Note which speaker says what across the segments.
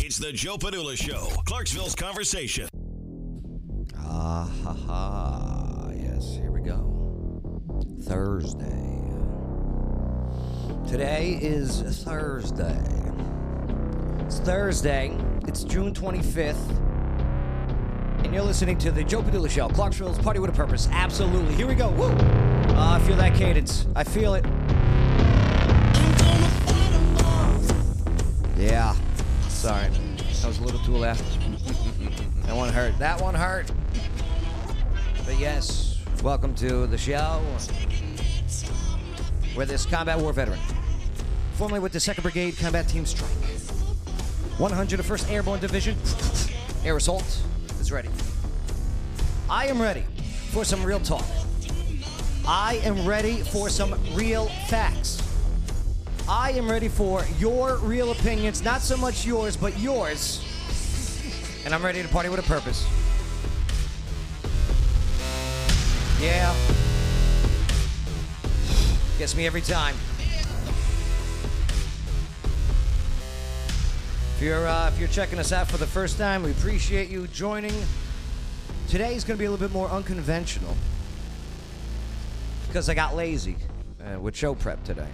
Speaker 1: It's the Joe Padula Show, Clarksville's conversation.
Speaker 2: Ah ha ha! Yes, here we go. Thursday. Today is Thursday. It's Thursday. It's June 25th. And you're listening to the Joe Padula Show, Clarksville's Party with a Purpose. Absolutely. Here we go. Woo! Ah, I feel that cadence. I feel it. Yeah. Sorry. That was a little too loud. That one hurt. That one hurt. But yes, welcome to the show. We're this combat war veteran, formerly with the 2nd Brigade Combat Team Strike, 100 of 1st Airborne Division. Air Assault is ready. I am ready for some real talk. I am ready for some real facts. I am ready for your real opinions, not so much yours, but yours. And I'm ready to party with a purpose. Yeah. Gets me every time. If you're uh, if you're checking us out for the first time, we appreciate you joining. Today's going to be a little bit more unconventional because I got lazy uh, with show prep today.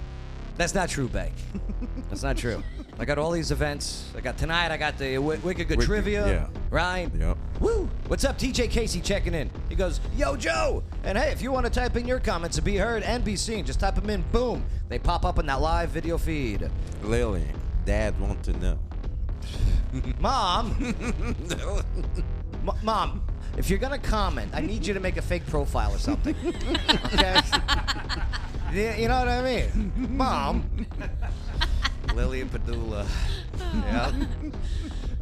Speaker 2: That's not true, Beck. That's not true. I got all these events. I got tonight. I got the Wi- Wicked Good
Speaker 3: Wicked,
Speaker 2: Trivia.
Speaker 3: yeah.
Speaker 2: Right?
Speaker 3: Yep.
Speaker 2: Woo! What's up, TJ Casey checking in. He goes, Yo, Joe! And hey, if you want to type in your comments to be heard and be seen, just type them in. Boom! They pop up in that live video feed.
Speaker 3: Lily, Dad want to know.
Speaker 2: Mom, M- mom, if you're gonna comment, I need you to make a fake profile or something. Okay? Y- you know what I mean, Mom. Lily Padula. Yeah.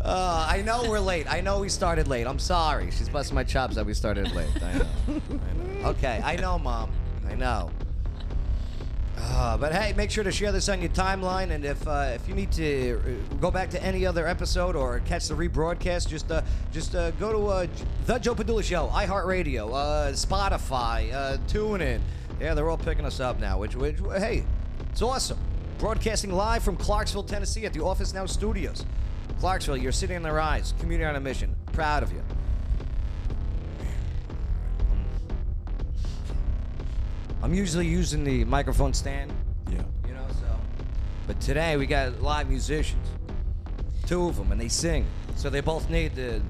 Speaker 2: Uh, I know we're late. I know we started late. I'm sorry. She's busting my chops that we started late. I know. I know. Okay. I know, Mom. I know. Uh, but hey, make sure to share this on your timeline, and if uh, if you need to uh, go back to any other episode or catch the rebroadcast, just uh, just uh, go to uh, J- the Joe Padula Show, iHeartRadio, uh, Spotify, uh, TuneIn. Yeah, they're all picking us up now. Which which hey, it's awesome. Broadcasting live from Clarksville, Tennessee, at the Office Now Studios. Clarksville, you're sitting in their eyes. Community on a mission. Proud of you. I'm usually using the microphone stand
Speaker 3: Yeah.
Speaker 2: you know. So, but today we got live musicians, two of them, and they sing. So they both need the,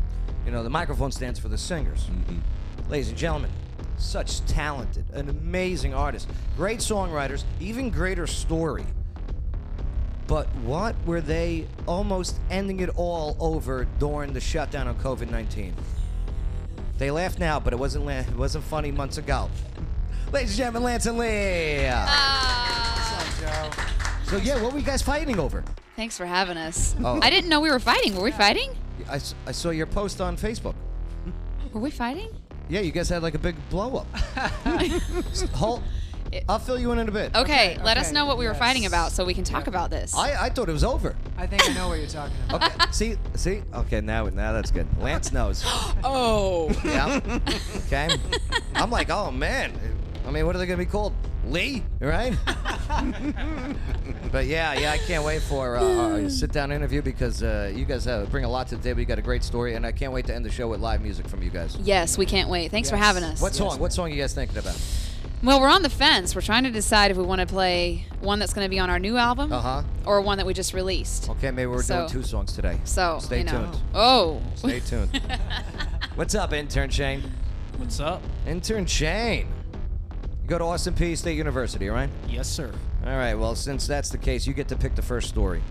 Speaker 2: you know, the microphone stands for the singers. Ladies and gentlemen, such talented, an amazing artist, great songwriters, even greater story. But what were they almost ending it all over during the shutdown of COVID 19? They laugh now, but it wasn't la- it wasn't funny months ago. Ladies and gentlemen, Lance and Lee. So yeah, what were you guys fighting over?
Speaker 4: Thanks for having us.
Speaker 2: Oh.
Speaker 4: I didn't know we were fighting. Were we fighting?
Speaker 2: I, s- I saw your post on Facebook.
Speaker 4: Were we fighting?
Speaker 2: Yeah, you guys had like a big blow up. Hold, I'll fill you in in a bit.
Speaker 4: Okay, let us
Speaker 5: okay,
Speaker 4: know what we were
Speaker 5: yes.
Speaker 4: fighting about so we can talk about this.
Speaker 2: I, I thought it was over.
Speaker 5: I think I know what you're talking about.
Speaker 2: Okay, see, see. Okay, now now that's good. Lance knows.
Speaker 4: oh.
Speaker 2: yeah. Okay. I'm like, oh man. I mean, what are they gonna be called? Lee, right? but yeah, yeah, I can't wait for uh, our sit-down interview because uh, you guys uh, bring a lot to the table. You got a great story, and I can't wait to end the show with live music from you guys.
Speaker 4: Yes, we can't wait. Thanks for
Speaker 5: Yes.
Speaker 4: having us.
Speaker 2: What song? What song you guys thinking about?
Speaker 4: Well, we're on the fence. We're trying to decide if we want to play one that's going to be on our new album
Speaker 2: Uh-huh.
Speaker 4: or one that we just released.
Speaker 2: Okay, maybe we're
Speaker 4: So-
Speaker 2: doing two songs today.
Speaker 4: So,
Speaker 2: stay
Speaker 4: you know.
Speaker 2: tuned.
Speaker 4: Oh.
Speaker 2: Stay tuned. What's up, intern Shane?
Speaker 6: What's up?
Speaker 2: Intern Shane, you go to Austin P State University, right?
Speaker 6: Yes, sir.
Speaker 2: All right. Well, since that's the case, you get to pick the first story.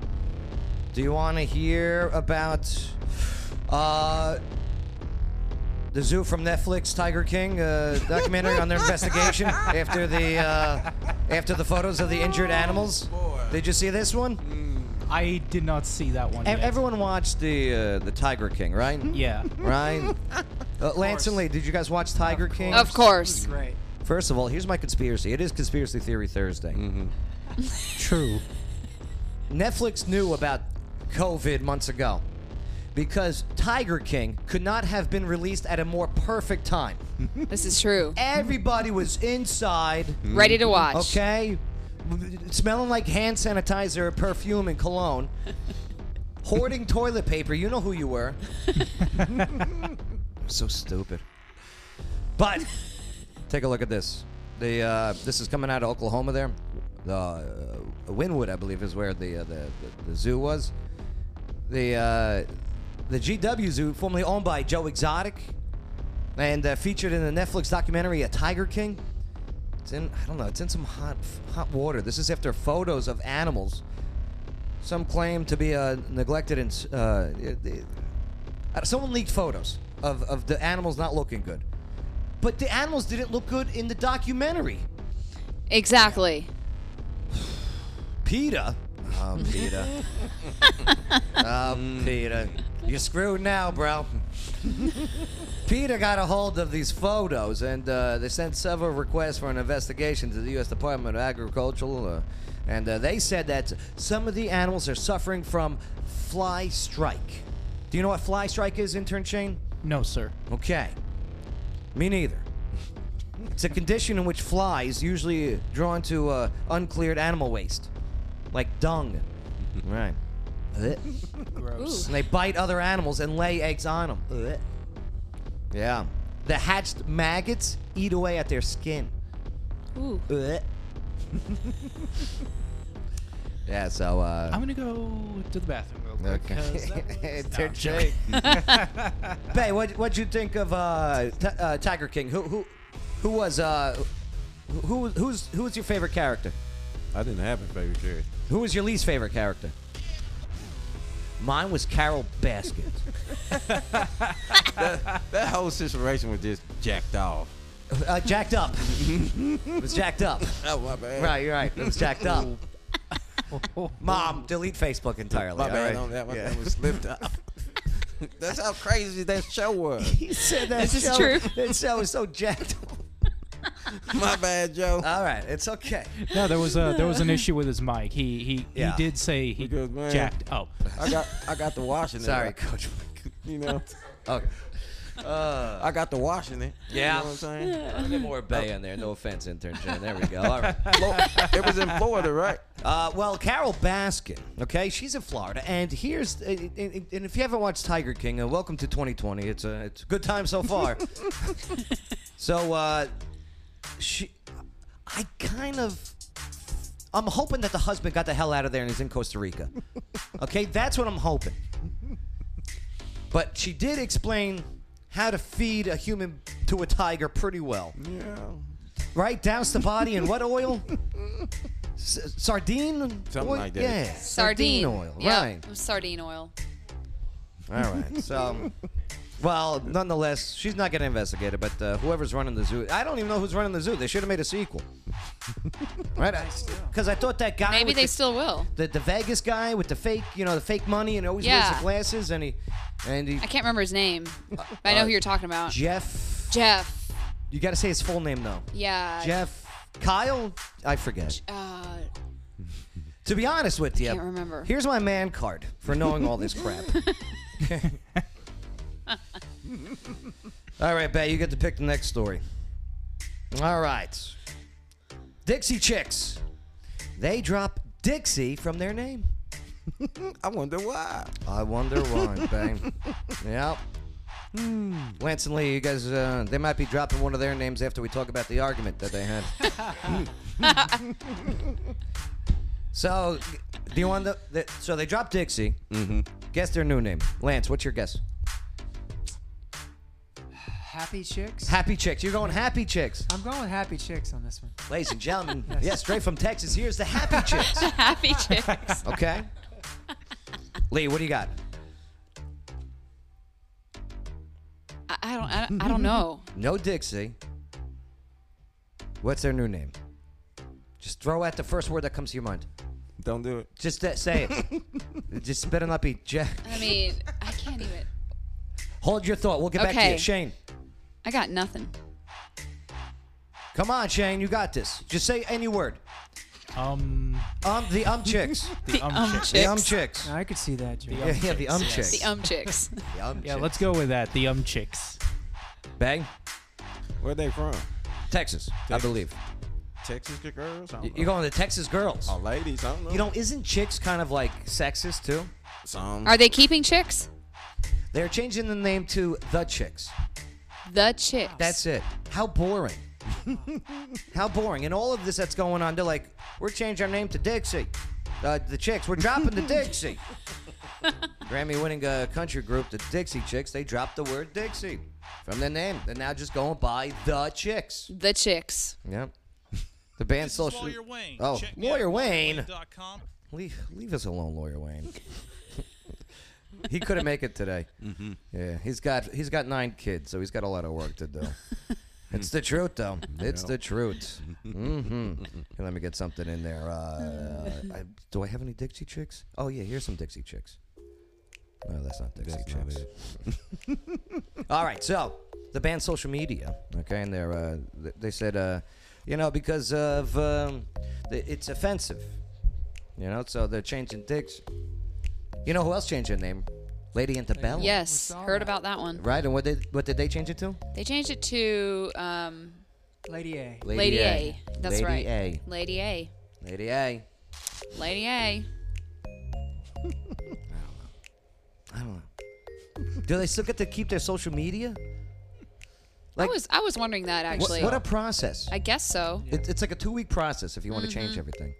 Speaker 2: Do you want to hear about uh, the zoo from Netflix, Tiger King uh, documentary on their investigation after the uh, after the photos of the injured animals? Did you see this one?
Speaker 6: Mm. I did not see that one.
Speaker 2: E-
Speaker 6: yet.
Speaker 2: Everyone watched the uh, the Tiger King, right?
Speaker 6: Yeah.
Speaker 2: Right? Uh, Lance and Lee, did you guys watch Tiger King?
Speaker 4: Of course.
Speaker 5: Great.
Speaker 2: First of all, here's my conspiracy. It is Conspiracy Theory Thursday.
Speaker 6: True.
Speaker 2: Netflix knew about COVID months ago because Tiger King could not have been released at a more perfect time.
Speaker 4: This is true.
Speaker 2: Everybody was inside,
Speaker 4: Ready to watch.
Speaker 2: okay? Smelling like hand sanitizer, perfume, and cologne. hoarding toilet paper. You know who you were. so stupid. But take a look at this. The uh, this is coming out of Oklahoma. There, the uh, Winwood, I believe, is where the uh, the, the the zoo was. The uh, the GW Zoo, formerly owned by Joe Exotic, and uh, featured in the Netflix documentary A Tiger King. It's in I don't know. It's in some hot hot water. This is after photos of animals. Some claim to be uh, neglected and s- uh, it- it- uh, someone leaked photos of, of the animals not looking good. But the animals didn't look good in the documentary.
Speaker 4: Exactly.
Speaker 2: PETA. Oh, PETA. oh, PETA. You're screwed now, bro. PETA got a hold of these photos and uh, they sent several requests for an investigation to the U.S. Department of Agricultural. Uh, and uh, they said that some of the animals are suffering from fly strike. Do you know what fly strike is, intern Shane?
Speaker 6: No, sir.
Speaker 2: Okay. Me neither. It's a condition in which flies, usually drawn to uh, uncleared animal waste, like dung. Right. and
Speaker 6: Gross.
Speaker 2: they bite other animals and lay eggs on them. Yeah. The hatched maggots eat away at their skin.
Speaker 4: Ooh.
Speaker 2: yeah, so. Uh,
Speaker 6: I'm gonna go to the bathroom real quick. because that
Speaker 2: Okay.
Speaker 6: was- No,
Speaker 2: Dear
Speaker 6: I'm
Speaker 2: Jake. Bay, what what'd you think of uh, t- uh, Tiger King? Who who who was uh who who's who was your favorite character?
Speaker 3: I didn't have a favorite character.
Speaker 2: Who was your least favorite character? Mine was Carol Baskin.
Speaker 3: That whole situation was just jacked off.
Speaker 2: uh, jacked up. it was jacked up.
Speaker 3: Oh my bad.
Speaker 2: Right, you're right. It was jacked up.
Speaker 6: joking.
Speaker 2: Mom, delete Facebook entirely.
Speaker 3: My
Speaker 2: all
Speaker 3: bad
Speaker 2: right?
Speaker 3: on that one.
Speaker 2: Yeah.
Speaker 3: That was slipped up. That's how crazy that show was.
Speaker 2: He said that
Speaker 4: This is
Speaker 2: show-
Speaker 4: true.
Speaker 2: That show was so jacked up.
Speaker 3: My bad, Joe.
Speaker 2: All right, it's okay.
Speaker 6: No, there was a there was an issue with his mic. He he
Speaker 2: Yeah.
Speaker 6: he did say he
Speaker 3: Because, man-
Speaker 6: jacked up.
Speaker 3: I got I got the washing.
Speaker 2: Sorry, Coach.
Speaker 3: you know
Speaker 2: Okay. Uh,
Speaker 3: I got the washing it.
Speaker 2: Yeah.
Speaker 3: you know what I'm saying.
Speaker 2: more Bay in there. No offense, intern Jen. There we go. All right.
Speaker 3: Flo- it was in Florida, right?
Speaker 2: Uh, well, Carol Baskin, okay, she's in Florida, and here's uh, and and if you haven't watched Tiger King, uh, welcome to 2020. It's a it's a good time so far. so, uh, she, I kind of, I'm hoping that the husband got the hell out of there and he's in Costa Rica. Okay, that's what I'm hoping. But she did explain how to feed a human to a tiger pretty well
Speaker 3: Yeah.
Speaker 2: right? Douse the body in what oil? S- sardine?
Speaker 3: Something
Speaker 2: oil?
Speaker 3: like that.
Speaker 2: Yeah.
Speaker 4: Sardine,
Speaker 2: oil.
Speaker 4: Yep,
Speaker 2: Right.
Speaker 4: Sardine oil.
Speaker 2: All right. So, um, well, nonetheless, she's not going to investigate it, but uh, whoever's running the zoo, I don't even know who's running the zoo. They should have made a sequel. right? Because I, thought that guy.
Speaker 4: Maybe
Speaker 2: with
Speaker 4: they
Speaker 2: the-
Speaker 4: still will.
Speaker 2: The, the Vegas guy with the fake, you know, the fake money and always wears
Speaker 4: Yeah.
Speaker 2: the glasses and he. And he
Speaker 4: I can't remember his name. But I know who you're talking about.
Speaker 2: Uh, Jeff.
Speaker 4: Jeff.
Speaker 2: You got to say his full name, though.
Speaker 4: Yeah.
Speaker 2: Jeff. Kyle? I forget.
Speaker 4: Uh,
Speaker 2: To be honest with you,
Speaker 4: can't remember.
Speaker 2: Here's my man card for knowing all this crap. all right, Bay, you get to pick the next story. All right, Dixie Chicks. They drop Dixie from their name.
Speaker 3: I wonder why.
Speaker 2: I wonder why, Bay. Yep.
Speaker 3: Hmm.
Speaker 2: Lance and Lee, you guys, uh, they might be dropping one of their names after we talk about the argument that they had. so, do you want the, the so they dropped Dixie? Mm-hmm. Guess their new name, Lance. What's your guess?
Speaker 5: Happy Chicks?
Speaker 2: Happy Chicks. You're going Happy Chicks,
Speaker 5: I'm going with Happy Chicks on this one.
Speaker 2: ladies and gentlemen. yes, straight from Texas. Here's the Happy Chicks.
Speaker 4: happy chicks.
Speaker 2: Okay. Lee, what do you got?
Speaker 4: I, I don't. I, don't- I don't know.
Speaker 2: No Dixie. What's their new name? Just throw out the first word that comes to your mind.
Speaker 3: Don't do it.
Speaker 2: Just that, say it. It Just better not be Jack.
Speaker 4: I mean, I can't even.
Speaker 2: Hold your thought. We'll get back to
Speaker 4: Okay.
Speaker 2: you. Shane.
Speaker 4: I got nothing.
Speaker 2: Come on, Shane. You got this. Just say any word.
Speaker 6: Um,
Speaker 2: Um, the um chicks.
Speaker 6: the um,
Speaker 4: Um
Speaker 6: chick.
Speaker 4: chicks.
Speaker 2: the um chicks.
Speaker 5: Now, I could see that, Joe.
Speaker 2: Yeah, yeah, the um chicks.
Speaker 4: The um chicks.
Speaker 2: The um
Speaker 6: Yeah,
Speaker 2: chicks.
Speaker 6: let's go with that. The um chicks.
Speaker 2: bang.
Speaker 3: Where they from?
Speaker 2: Texas, I
Speaker 3: Texas.
Speaker 2: believe.
Speaker 3: Texas girls? I don't
Speaker 2: You're
Speaker 3: know.
Speaker 2: going to Texas girls.
Speaker 3: Oh, ladies, I don't know.
Speaker 2: You know, isn't chicks kind of like sexist too?
Speaker 3: Some.
Speaker 4: Are they keeping chicks?
Speaker 2: They're changing the name to The Chicks.
Speaker 4: The chicks.
Speaker 2: That's it. How boring. How boring. And all of this that's going on, they're like, we're changing our name to Dixie. Uh, the Chicks, we're dropping the Dixie. Grammy winning uh, country group, the Dixie Chicks, they dropped the word Dixie from their name. They're now just going by The Chicks.
Speaker 4: the chicks.
Speaker 2: Yep. The band
Speaker 7: This is
Speaker 2: social.
Speaker 7: Lawyer Wayne.
Speaker 2: Oh,
Speaker 7: Check me
Speaker 2: Lawyer
Speaker 7: out,
Speaker 2: Wayne.
Speaker 7: LawyerWayne.com.
Speaker 2: Leave, leave us alone, Lawyer Wayne. he couldn't make it today. Mm-hmm. Yeah, he's got he's got nine kids, so he's got a lot of work to do. it's the truth, though. It's the truth. hmm let me get something in there. Uh, I, do I have any Dixie chicks? Oh yeah, here's some Dixie chicks. No, that's not Dixie
Speaker 3: That's not
Speaker 2: chicks. All right, so the band social media, okay, and they're uh, th- they said, uh, you know, because of um, the, it's offensive, you know, so they're changing dicks. You know who else changed their name? Lady Antebellum.
Speaker 4: Yes,
Speaker 5: saw
Speaker 4: heard
Speaker 5: that.
Speaker 4: about that one.
Speaker 2: Right, and what did what did they change it to?
Speaker 4: They changed it to um,
Speaker 5: Lady A.
Speaker 4: Lady, A. That's
Speaker 2: Lady
Speaker 4: right.
Speaker 2: A.
Speaker 4: Lady A.
Speaker 2: Lady A.
Speaker 4: Lady A.
Speaker 2: Do they still get to keep their social media?
Speaker 4: I
Speaker 2: Like-
Speaker 4: was I was wondering that
Speaker 2: What,
Speaker 4: actually.
Speaker 2: what a process!
Speaker 4: I guess so.
Speaker 2: It, it's like a two week process if you want to change everything.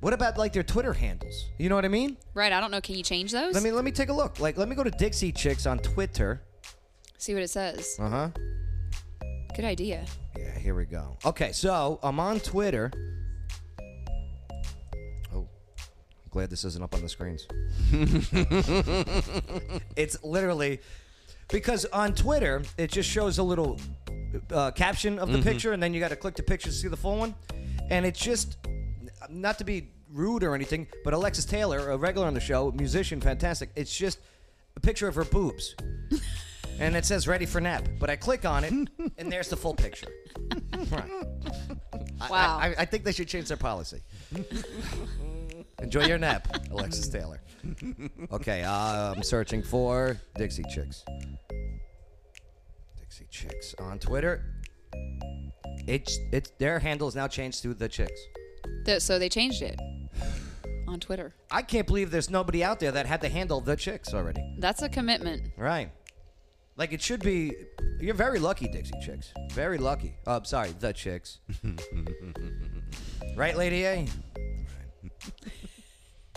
Speaker 2: What about like their Twitter handles? You know what I mean?
Speaker 4: Right. I don't know. Can you change those?
Speaker 2: Let me let me take a look. Like let me go to Dixie Chicks on Twitter.
Speaker 4: See what it says.
Speaker 2: Uh huh.
Speaker 4: Good idea.
Speaker 2: Yeah, here we go. Okay, so I'm on Twitter. Oh, I'm glad this isn't up on the screens. it's literally because on Twitter it just shows a little uh, caption of the picture, and then you got to click the picture to see the full one. And it's just not to be rude or anything, but Alexis Taylor, a regular on the show, musician, fantastic. It's just a picture of her boobs. And it says ready for nap, but I click on it, and there's the full picture. Right.
Speaker 4: Wow.
Speaker 2: I, I, I think they should change their policy. Enjoy your nap, Alexis Taylor. Okay, uh, I'm searching for Dixie Chicks. Dixie Chicks on Twitter. It's it's their handle is now changed to the Chicks.
Speaker 4: Th- so they changed it on Twitter.
Speaker 2: I can't believe there's nobody out there that had the handle the Chicks already.
Speaker 4: That's a commitment.
Speaker 2: Right. Like it should be. You're very lucky, Dixie Chicks. Very lucky. Oh, I'm sorry, the Chicks. right, Lady A.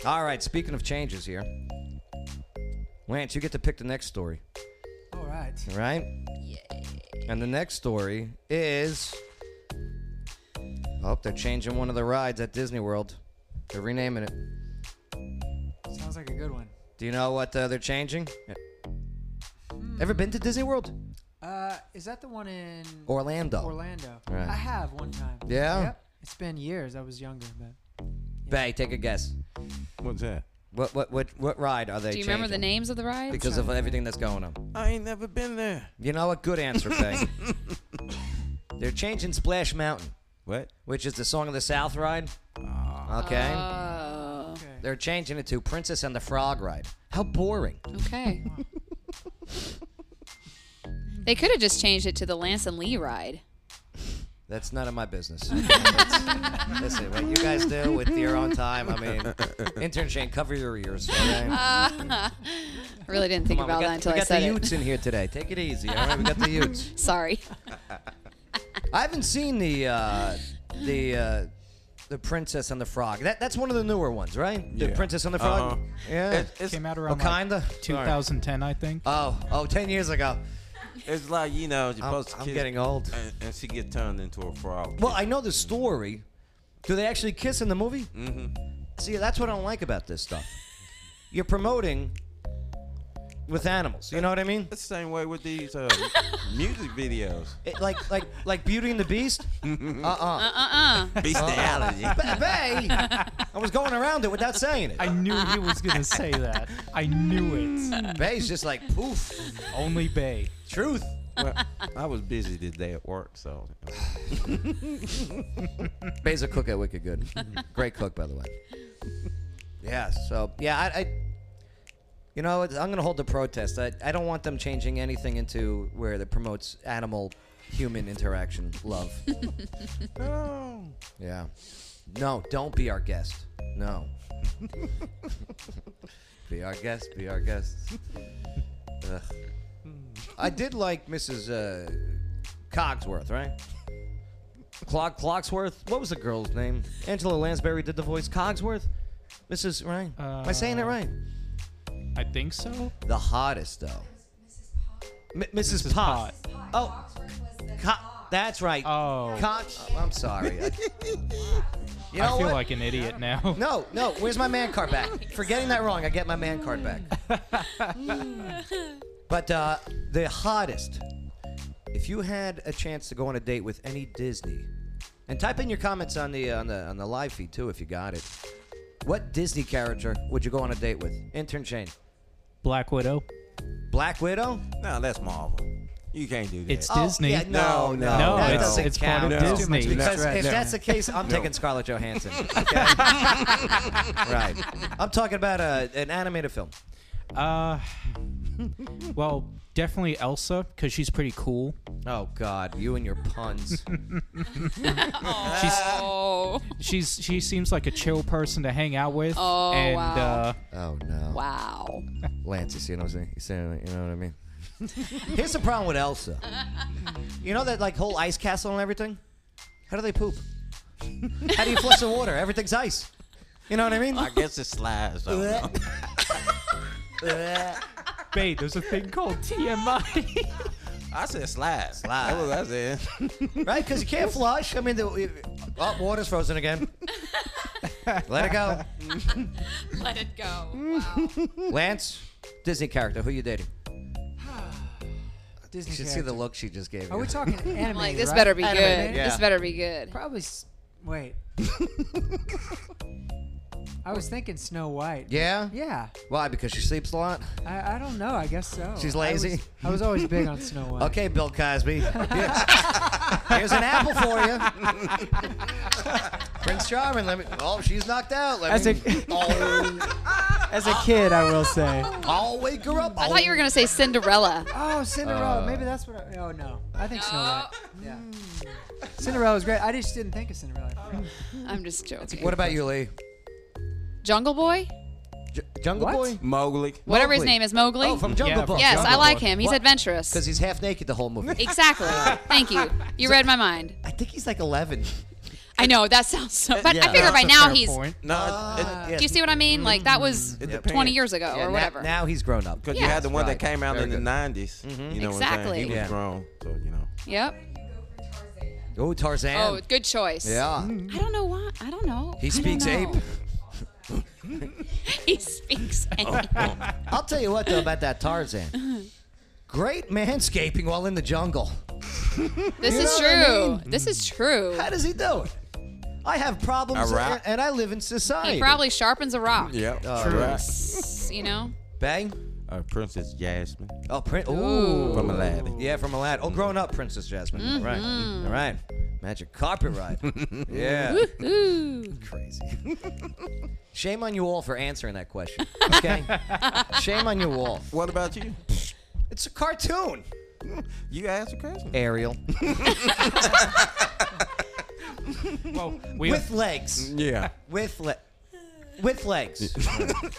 Speaker 2: All right. Speaking of changes here, Lance, you get to pick the next story,
Speaker 5: All right.
Speaker 2: all right? And the next story is. Oh, they're changing one of the rides at Disney World. They're renaming it.
Speaker 5: Sounds like a good one.
Speaker 2: Do you know what uh, they're changing?
Speaker 4: Hmm.
Speaker 2: Ever been to Disney World?
Speaker 5: Uh, is that the one in
Speaker 2: Orlando.
Speaker 5: Orlando?
Speaker 2: Right.
Speaker 5: I have one time.
Speaker 2: Yeah?
Speaker 5: Yep. It's been years. I was younger, but
Speaker 2: Bay, take a guess.
Speaker 3: What's that?
Speaker 2: What what what what ride are they?
Speaker 4: Do you remember the
Speaker 2: changing?
Speaker 4: names of the rides?
Speaker 2: Because of everything that's going on.
Speaker 8: Oh,
Speaker 3: I ain't never been there.
Speaker 2: You know what? Good answer, Bay. They're changing Splash Mountain,
Speaker 3: What?
Speaker 2: which is the Song of the South ride. Okay.
Speaker 4: Oh,
Speaker 2: They're changing it to Princess and the Frog ride. How boring.
Speaker 4: okay. they could have just changed it to the Lance and Lee ride.
Speaker 2: That's none of my business. That's- Listen, what you guys do with your own time, I mean, intern Shane, cover your ears. Okay?
Speaker 4: I really didn't think
Speaker 2: Come on,
Speaker 4: about
Speaker 2: we got,
Speaker 4: that until
Speaker 2: we
Speaker 4: I
Speaker 2: got
Speaker 4: said
Speaker 2: the
Speaker 4: it.
Speaker 2: Utes in here today. Take it easy, all right? We got the Utes.
Speaker 4: Sorry.
Speaker 2: I haven't seen the uh, the uh, the Princess and the Frog. That that's one of the newer ones, right? The
Speaker 3: Yeah.
Speaker 2: Princess and the Frog.
Speaker 3: Uh-huh.
Speaker 2: Yeah.
Speaker 3: It's, it's,
Speaker 6: Came out
Speaker 2: oh,
Speaker 6: around like,
Speaker 2: kinda. Sorry.
Speaker 6: 2010, I think.
Speaker 2: Oh, oh, 10 years ago.
Speaker 3: it's like you know, you're
Speaker 2: I'm,
Speaker 3: supposed to
Speaker 2: I'm
Speaker 3: kiss-
Speaker 2: getting old.
Speaker 3: and, and she get turned into a frog.
Speaker 2: Well, I know the story. Do they actually kiss in the movie? Mm-hmm. See, that's what I don't like about this stuff. You're promoting with animals. You know what I mean?
Speaker 3: It's the same way with these uh, music videos.
Speaker 2: It, like like like Beauty and the Beast. Uh-uh.
Speaker 3: Bestiality.
Speaker 2: Ba- bae! I was going around it without saying it.
Speaker 6: I knew he was gonna say that. I knew it.
Speaker 2: Bae's just like poof.
Speaker 6: Only Bay.
Speaker 2: Truth.
Speaker 3: well, I was busy today at work, so
Speaker 2: Basil cook at Wicked Good. Great cook, by the way. Yeah. So yeah, I, I you know, it's- I'm gonna hold the protest. I, I don't want them changing anything into where that promotes animal human interaction, love.
Speaker 3: oh,
Speaker 2: yeah. No, don't be our guest. No. be our guest. Be our guest. Ugh. I did like Mrs. Uh, Cogsworth, right? Clock Clocksworth. What was the girl's name? Angela Lansbury did the voice. Cogsworth. Mrs. Right? Am I saying it
Speaker 6: Uh,
Speaker 2: right?
Speaker 6: I think so.
Speaker 2: The hottest though. M- Mrs.
Speaker 6: Mrs.
Speaker 2: Pot.
Speaker 6: Pot.
Speaker 2: Oh, Co- that's right.
Speaker 6: Oh,
Speaker 2: Koch. I'm sorry. I- you know
Speaker 6: I feel
Speaker 2: what?
Speaker 6: like an idiot now.
Speaker 2: No, no. Where's my man card back? For getting that wrong, I get my man card back. but uh, the hottest. If you had a chance to go on a date with any Disney, and type in your comments on the uh, on the on the live feed too, if you got it. What Disney character would you go on a date with? Intern Shane.
Speaker 6: Black Widow.
Speaker 2: Black Widow.
Speaker 3: No, that's Marvel. You can't do that.
Speaker 6: It's
Speaker 2: Oh,
Speaker 6: Disney.
Speaker 2: yeah, no,
Speaker 3: No,
Speaker 2: no,
Speaker 6: No,
Speaker 3: Oh,
Speaker 2: that
Speaker 6: it's,
Speaker 2: doesn't
Speaker 6: it's
Speaker 2: count.
Speaker 6: part of
Speaker 3: No. Too
Speaker 6: Disney.
Speaker 3: much No.
Speaker 2: Because
Speaker 3: Right,
Speaker 2: if
Speaker 3: no.
Speaker 2: that's the case, I'm taking Scarlett Johansson. Okay? right. I'm talking about a, an animated film.
Speaker 6: Uh, well, definitely Elsa because she's pretty cool.
Speaker 2: Oh God, you and your puns.
Speaker 6: She's
Speaker 4: Oh,
Speaker 6: she's she seems like a chill person to hang out with.
Speaker 4: Oh,
Speaker 6: and,
Speaker 4: wow.
Speaker 6: Uh,
Speaker 2: oh no.
Speaker 4: wow.
Speaker 2: Lance, you see what I'm saying? You, see, what I- you know what I mean? Here's the problem with Elsa. You know that like whole ice castle and everything? How do they poop? How do you flush the water? Everything's ice. You know what I mean?
Speaker 3: I guess it slides. I don't know.
Speaker 6: babe, there's a thing called TMI.
Speaker 3: I said slides. That's what I said.
Speaker 2: right? Because you can't flush. I mean, the, oh, water's frozen again. Let it go.
Speaker 4: Let it go. Wow.
Speaker 2: Lance, Disney character, who you dating?
Speaker 5: Disney.
Speaker 2: You should see the
Speaker 5: character.
Speaker 2: look she just gave
Speaker 5: Are
Speaker 2: you.
Speaker 5: we talking anime?
Speaker 4: Like this
Speaker 5: right?
Speaker 4: better be
Speaker 5: Animated?
Speaker 4: good.
Speaker 2: yeah.
Speaker 4: This better be good.
Speaker 5: Probably. s- Wait. I was thinking Snow White.
Speaker 2: yeah?
Speaker 5: Yeah.
Speaker 2: Why? Because she sleeps a lot?
Speaker 5: I, I don't know. I guess so.
Speaker 2: She's
Speaker 5: I was-
Speaker 2: lazy?
Speaker 5: I was, always big on Snow White.
Speaker 2: Okay, Bill Cosby. Here's an apple for you. Prince Charming, let me. Oh, she's knocked out. Let
Speaker 5: As
Speaker 2: me.
Speaker 5: a-
Speaker 2: oh,
Speaker 5: As a kid, I will say.
Speaker 2: I'll wake her up. Uh,
Speaker 4: I thought you were gonna say Cinderella.
Speaker 5: Oh, Cinderella. Maybe that's what. I, oh no, I think Snow White.
Speaker 4: No.
Speaker 5: Yeah. Cinderella was great. I just didn't think of Cinderella. I
Speaker 2: Oh.
Speaker 5: forgot.
Speaker 4: I'm just joking.
Speaker 2: What about you, Lee?
Speaker 4: Jungle Boy?
Speaker 2: J- Jungle
Speaker 5: What?
Speaker 2: Boy?
Speaker 3: Mowgli.
Speaker 4: Whatever his
Speaker 2: Mowgli.
Speaker 4: name is, Mowgli.
Speaker 2: Oh, from Jungle
Speaker 6: Yeah,
Speaker 2: Book.
Speaker 6: from
Speaker 4: yes,
Speaker 6: Jungle
Speaker 4: I like
Speaker 6: Boy.
Speaker 4: him. He's
Speaker 2: What?
Speaker 4: adventurous.
Speaker 2: Because he's half naked the whole movie.
Speaker 4: Exactly. Thank you. You read my mind.
Speaker 2: I think he's like 11.
Speaker 4: I know that sounds so, but
Speaker 2: Yeah,
Speaker 4: I figure
Speaker 6: That's
Speaker 4: by
Speaker 6: a
Speaker 4: now
Speaker 6: fair
Speaker 4: he's.
Speaker 6: point.
Speaker 3: No,
Speaker 2: Ah,
Speaker 3: it,
Speaker 2: yeah.
Speaker 4: Do you see what I mean? Like that was
Speaker 3: it, it depends.
Speaker 4: 20 years ago
Speaker 2: Yeah,
Speaker 4: or
Speaker 2: now-
Speaker 4: whatever.
Speaker 2: Now, he's grown up.
Speaker 3: Because
Speaker 4: Yeah.
Speaker 3: you had the one
Speaker 2: Right.
Speaker 3: that came out
Speaker 2: Very
Speaker 3: in the
Speaker 2: good. Mm-hmm.
Speaker 3: 90s. You know what I'm
Speaker 4: Exactly.
Speaker 3: saying? He was
Speaker 2: Yeah.
Speaker 3: grown, so, you know.
Speaker 4: Yep.
Speaker 2: Oh, Tarzan.
Speaker 4: Oh, good choice.
Speaker 2: yeah.
Speaker 4: I don't know why. I don't know.
Speaker 2: He
Speaker 4: I don't
Speaker 2: speaks
Speaker 4: know.
Speaker 2: ape.
Speaker 4: he speaks ape.
Speaker 2: I'll tell you what though about that Tarzan. Great manscaping while in the jungle.
Speaker 4: This
Speaker 2: You
Speaker 4: is
Speaker 2: know what I
Speaker 4: true. This is true.
Speaker 2: How does he do it? I have problems,
Speaker 3: A rock.
Speaker 2: and I live in society.
Speaker 4: He probably sharpens a rock.
Speaker 3: Yeah.
Speaker 2: Uh,
Speaker 3: True.
Speaker 4: You know.
Speaker 2: bang.
Speaker 3: Uh, Princess Jasmine
Speaker 2: Oh, Prince.
Speaker 4: Ooh.
Speaker 2: Ooh.
Speaker 3: from Aladdin.
Speaker 2: Yeah, from a lad. Oh, grown up Princess Jasmine. All right.
Speaker 4: Mm-hmm.
Speaker 2: All right. Magic carpet ride. yeah.
Speaker 4: Ooh.
Speaker 2: Crazy. Shame on you all for answering that question. Okay. Shame on you all.
Speaker 3: What about you?
Speaker 2: It's a cartoon.
Speaker 3: You asked a question.
Speaker 2: Ariel
Speaker 6: Well, we
Speaker 2: with legs.
Speaker 3: Yeah.
Speaker 2: With le- with legs.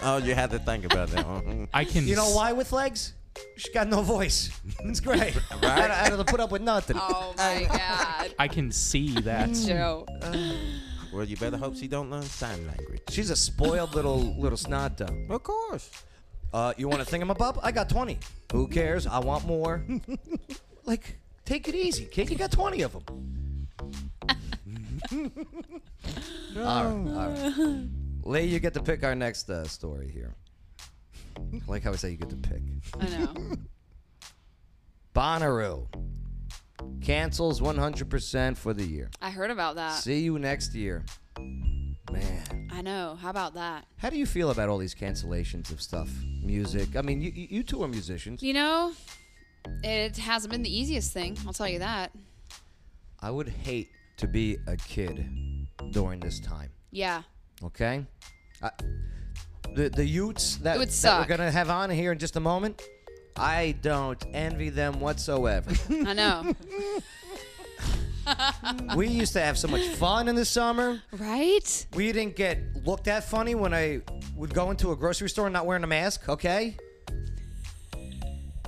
Speaker 3: oh, you had to think about that one.
Speaker 6: I can.
Speaker 2: You know
Speaker 6: s-
Speaker 2: why with legs? She got no voice. It's great. I had to- I had to put up with nothing.
Speaker 4: Oh my God.
Speaker 6: I can see that.
Speaker 4: Joe.
Speaker 3: Well, you better hope she don't learn sign language.
Speaker 2: She's a spoiled little little snot though.
Speaker 3: Of course.
Speaker 2: Uh, you want a thingamabob? I got twenty. Who cares? I want more. like, take it easy, kid. You got twenty of them. all right, all right. Lee, you get to pick our next uh, story here. I like how I say you get to pick.
Speaker 4: I know.
Speaker 2: Bonnaroo cancels 100% for the year.
Speaker 4: I heard about that.
Speaker 2: See you next year. Man,
Speaker 4: I know. How about that?
Speaker 2: how do you feel about all these cancellations of stuff? Music. I mean, you, you you two are musicians.
Speaker 4: You know, it hasn't been the easiest thing. I'll tell you that.
Speaker 2: I would hate to be a kid during this time.
Speaker 4: Yeah.
Speaker 2: Okay, I, the the youths that,
Speaker 4: It would
Speaker 2: that we're
Speaker 4: suck.
Speaker 2: gonna have on here in just a moment. I don't envy them whatsoever.
Speaker 4: I know.
Speaker 2: we used to have so much fun in the summer.
Speaker 4: Right?
Speaker 2: We didn't get looked at funny when I would go into a grocery store not wearing a mask. Okay.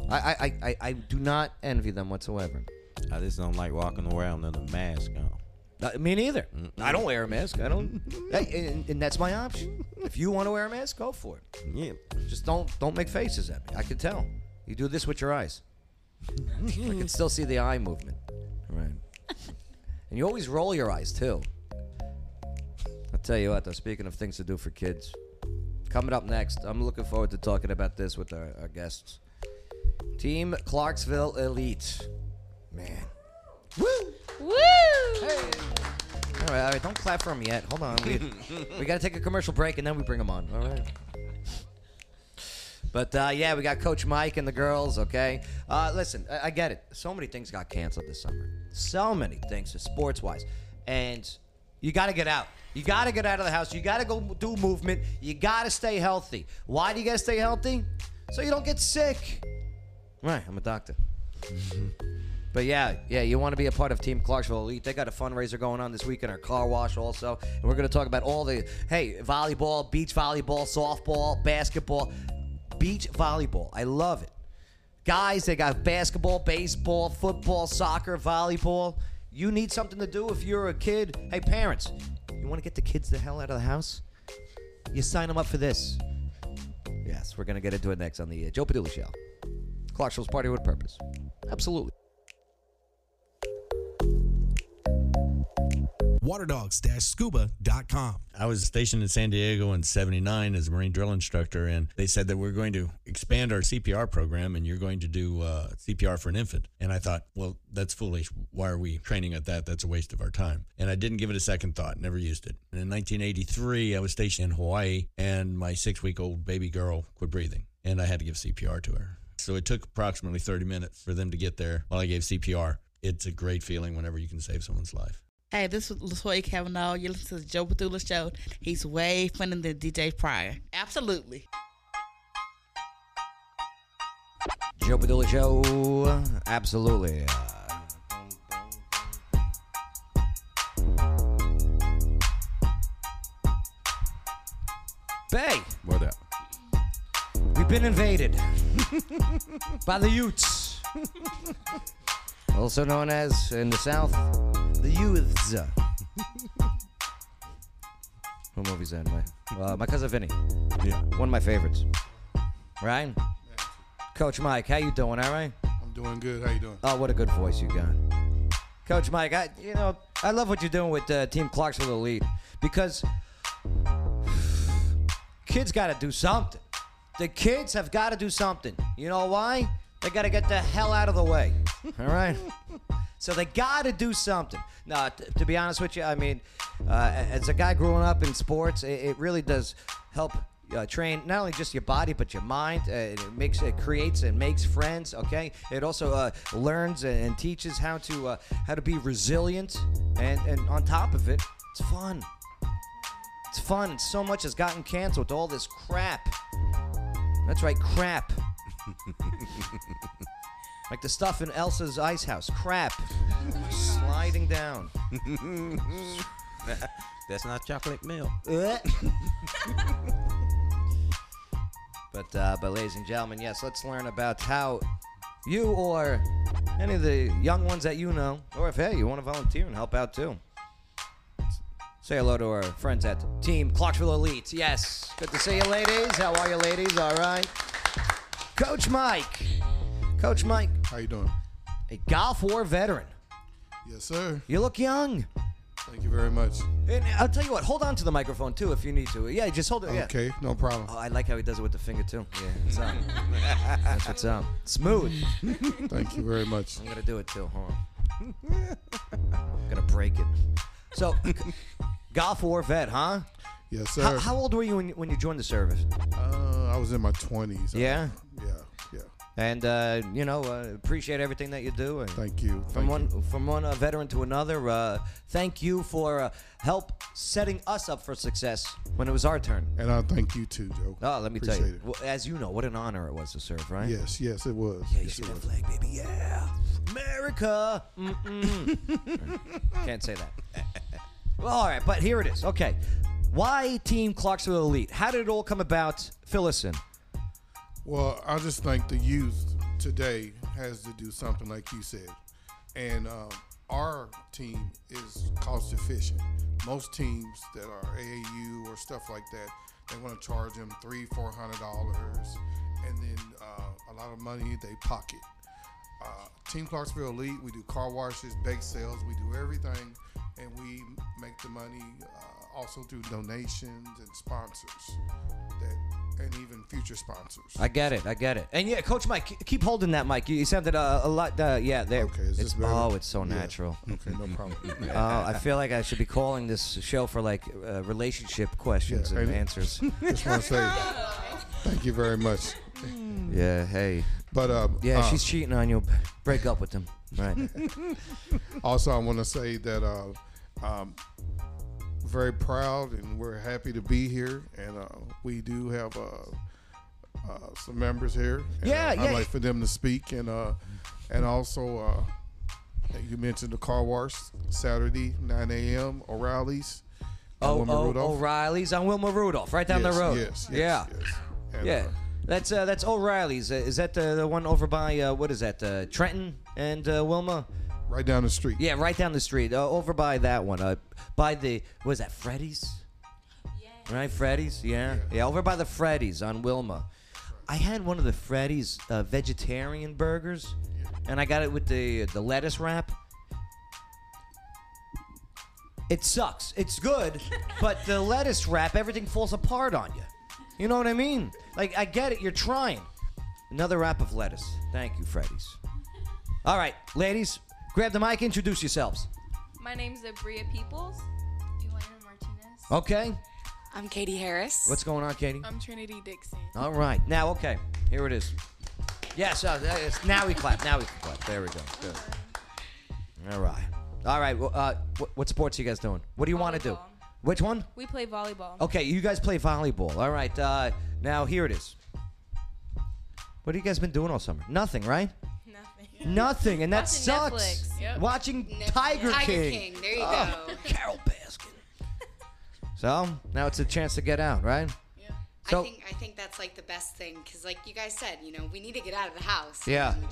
Speaker 2: I I, I- I, I do not envy them whatsoever.
Speaker 3: I just don't like walking around with a mask on.
Speaker 2: Uh, me neither. I don't wear a mask. I don't. Hey, and, and that's my option. If you want to wear a mask, go for it.
Speaker 3: Yeah.
Speaker 2: Just don't don't make faces at me. I can tell. You do this with your eyes. I can still see the eye movement. Right. And you always roll your eyes too. I'll tell you what though, speaking of things to do for kids. Coming up next, I'm looking forward to talking about this with our, our guests. Team Clarksville Elite. Man. Woo!
Speaker 4: Woo!
Speaker 2: All right, all right. Don't clap for him yet. Hold on. We, we got to take a commercial break and then we bring him on. All right. But uh, yeah, we got Coach Mike and the girls. Okay. Uh, listen, I, I get it. So many things got canceled this summer. So many things, sports wise, and you got to get out. You got to get out of the house. You got to go do movement. You got to stay healthy. Why do you got to stay healthy? So you don't get sick. Right. I'm a doctor. But yeah, yeah, you want to be a part of Team Clarksville Elite. They got a fundraiser going on this week in our car wash also. And we're going to talk about all the, hey, volleyball, beach volleyball, softball, basketball, beach volleyball. I love it. Guys, they got basketball, baseball, football, soccer, volleyball. You need something to do if you're a kid. Hey, parents, you want to get the kids the hell out of the house? You sign them up for this. Yes, we're going to get into it next on the uh, Joe Padula Show. Clarksville's Party with Purpose. Absolutely.
Speaker 7: waterdogs-scuba.com.
Speaker 9: I was stationed in San Diego in 79 as a Marine drill instructor, and they said that we're going to expand our CPR program and you're going to do uh, CPR for an infant. And I thought, well, that's foolish. Why are we training at that? That's a waste of our time. And I didn't give it a second thought, never used it. And in 1983, I was stationed in Hawaii, and my six week old baby girl quit breathing, and I had to give CPR to her. So it took approximately 30 minutes for them to get there while I gave CPR. It's a great feeling whenever you can save someone's life.
Speaker 10: Hey, this is Latoya Cavanaugh. You listen to the Joe Bethula Show. He's way funnier than DJ Pryor. Absolutely.
Speaker 2: Joe Padula Show. Absolutely. Bay,
Speaker 3: What up?
Speaker 2: we've been invaded by the Utes, also known as in the South, the Youths. what movie's that? My, uh, my cousin Vinny.
Speaker 7: Yeah.
Speaker 2: One of my favorites. Right? Coach Mike, how you doing? All right.
Speaker 11: I'm doing good. How you doing?
Speaker 2: Oh, what a good voice you got, Coach Mike. I, you know, I love what you're doing with uh, Team Clarksville Elite because kids got to do something. The kids have got to do something. You know why? They got to get the hell out of the way. All right. So they got to do something. No, t- to be honest with you, I mean, uh, as a guy growing up in sports, it, it really does help uh, train not only just your body but your mind. Uh, it makes, it creates, and makes friends. Okay, it also uh, learns and, and teaches how to uh, how to be resilient, and and on top of it, it's fun. It's fun, and so much has gotten canceled. All this crap. That's right, crap. like the stuff in Elsa's ice house. Crap. Sliding down.
Speaker 3: That's not chocolate milk.
Speaker 2: Ugh. but uh, but ladies and gentlemen, yes, let's learn about how you or any of the young ones that you know, or if hey, you want to volunteer and help out too. Say hello to our friends at Team Clarksville Elite. Yes, good to see you, ladies. How are you, ladies? All right. Coach Mike, Coach Mike,
Speaker 11: How you doing?
Speaker 2: a Gulf War veteran.
Speaker 11: Yes, sir.
Speaker 2: You look young.
Speaker 11: Thank you very much.
Speaker 2: And uh, I'll tell you what, hold on to the microphone too if you need to. Yeah, just hold it. yeah.
Speaker 11: Okay, no problem.
Speaker 2: Oh, I like how he does it with the finger too. Yeah, it's up. That's what's up. Smooth.
Speaker 11: Thank you very much.
Speaker 2: I'm gonna do it too. Hold on. I'm gonna break it. So, Gulf War vet, huh?
Speaker 11: Yes, sir.
Speaker 2: How, how old were you when, when you joined the service?
Speaker 11: uh, I was in my 20s.
Speaker 2: Yeah.
Speaker 11: Yeah. Yeah.
Speaker 2: And uh, you know, uh, appreciate everything that you do. And
Speaker 11: Thank you. Thank
Speaker 2: from
Speaker 11: you.
Speaker 2: one from one uh, veteran to another, uh, thank you for uh, help setting us up for success when it was our turn.
Speaker 11: and I thank you too, Joe.
Speaker 2: Oh, let me tell you,
Speaker 11: Appreciate it.
Speaker 2: well, as you know, what an honor it was to serve, right?
Speaker 11: Yes, yes, it was.
Speaker 2: Yeah, you
Speaker 11: yes,
Speaker 2: see
Speaker 11: it
Speaker 2: that
Speaker 11: was.
Speaker 2: flag, baby? Yeah. America. Mm-mm. Can't say that. Well, all right, but here it is. Okay. Why Team Clarksville Elite? How did it all come about? Fill us in.
Speaker 11: Well, I just think the youth today has to do something like you said, and um, our team is cost efficient. Most teams that are AAU or stuff like that, they want to charge them three, four hundred dollars, and then uh, a lot of money they pocket. Uh, team Clarksville Elite, we do car washes, bake sales, we do everything, and we make the money uh, also through donations and sponsors, that, and even future sponsors.
Speaker 2: I get it. I get it. And yeah, Coach Mike, ke- keep holding that mic. You you sounded uh, a lot. Uh, yeah, there.
Speaker 11: Okay, is
Speaker 2: it's,
Speaker 11: this better?
Speaker 2: oh, it's so
Speaker 11: Yeah.
Speaker 2: natural.
Speaker 11: Okay, no problem.
Speaker 2: Oh, I feel like I should be calling this show for like uh, relationship questions
Speaker 11: Yeah,
Speaker 2: and
Speaker 11: and-
Speaker 2: answers.
Speaker 11: Just want to say thank you very much.
Speaker 2: yeah. Hey.
Speaker 11: But um,
Speaker 2: Yeah,
Speaker 11: uh,
Speaker 2: she's cheating on you. Break up with him. Right.
Speaker 11: also I want to say that uh, um, very proud and we're happy to be here, and uh, we do have uh, uh, some members here. And,
Speaker 2: Yeah,
Speaker 11: uh,
Speaker 2: yeah.
Speaker 11: I'd like for them to speak, and uh, and also uh, you mentioned the car wash Saturday 9 a.m. O'Reilly's. on
Speaker 2: Oh,
Speaker 11: Wilma
Speaker 2: oh
Speaker 11: Rudolph.
Speaker 2: O'Reilly's on Wilma Rudolph, right down
Speaker 11: Yes,
Speaker 2: the road.
Speaker 11: Yes, yes,
Speaker 2: yeah.
Speaker 11: yes. And,
Speaker 2: Yeah.
Speaker 11: uh,
Speaker 2: That's uh, that's O'Reilly's. Uh, is that the, the one over by uh, what is that? Uh, Trenton and uh, Wilma.
Speaker 11: right down the street.
Speaker 2: Yeah, right down the street, uh, over by that one. Uh, by the what is that? Freddy's. Right, Freddy's. Yeah. yeah, over by the Freddy's on Wilma. I had one of the Freddy's uh, vegetarian burgers, and I got it with the uh, the lettuce wrap. It sucks. It's good, but the lettuce wrap, everything falls apart on you. You know what I mean? Like I get it. You're trying. Another wrap of lettuce. Thank you, Freddy's. All right, ladies, grab the mic. Introduce yourselves.
Speaker 7: My name's Abria Peoples. Elena Martinez.
Speaker 2: Okay.
Speaker 12: I'm Katie Harris.
Speaker 2: What's going on, Katie?
Speaker 7: I'm Trinity Dixon.
Speaker 2: All right. Now, okay. Here it is. Yes. Uh, there it is. now we clap. Now we can clap. There we go. Good. All right. All right. Well, uh, what, what sports are you guys doing? What do you want to do?
Speaker 7: Volleyball.
Speaker 2: Which one?
Speaker 7: We play volleyball.
Speaker 2: Okay. You guys play volleyball. All right. Uh, now here it is. What have you guys been doing all summer? Nothing, right?
Speaker 7: Nothing.
Speaker 2: Nothing, and that
Speaker 7: Watching
Speaker 2: sucks.
Speaker 7: Netflix. Yep.
Speaker 2: Watching Tiger,
Speaker 4: Tiger
Speaker 2: King.
Speaker 4: King. There you
Speaker 2: Oh,
Speaker 4: go.
Speaker 2: Carol Baskin. so now it's a chance to get out, right?
Speaker 7: Yeah.
Speaker 2: So
Speaker 12: I think I think that's like the best thing because, like you guys said, you know, we need to get out of the house.
Speaker 2: Yeah.
Speaker 12: and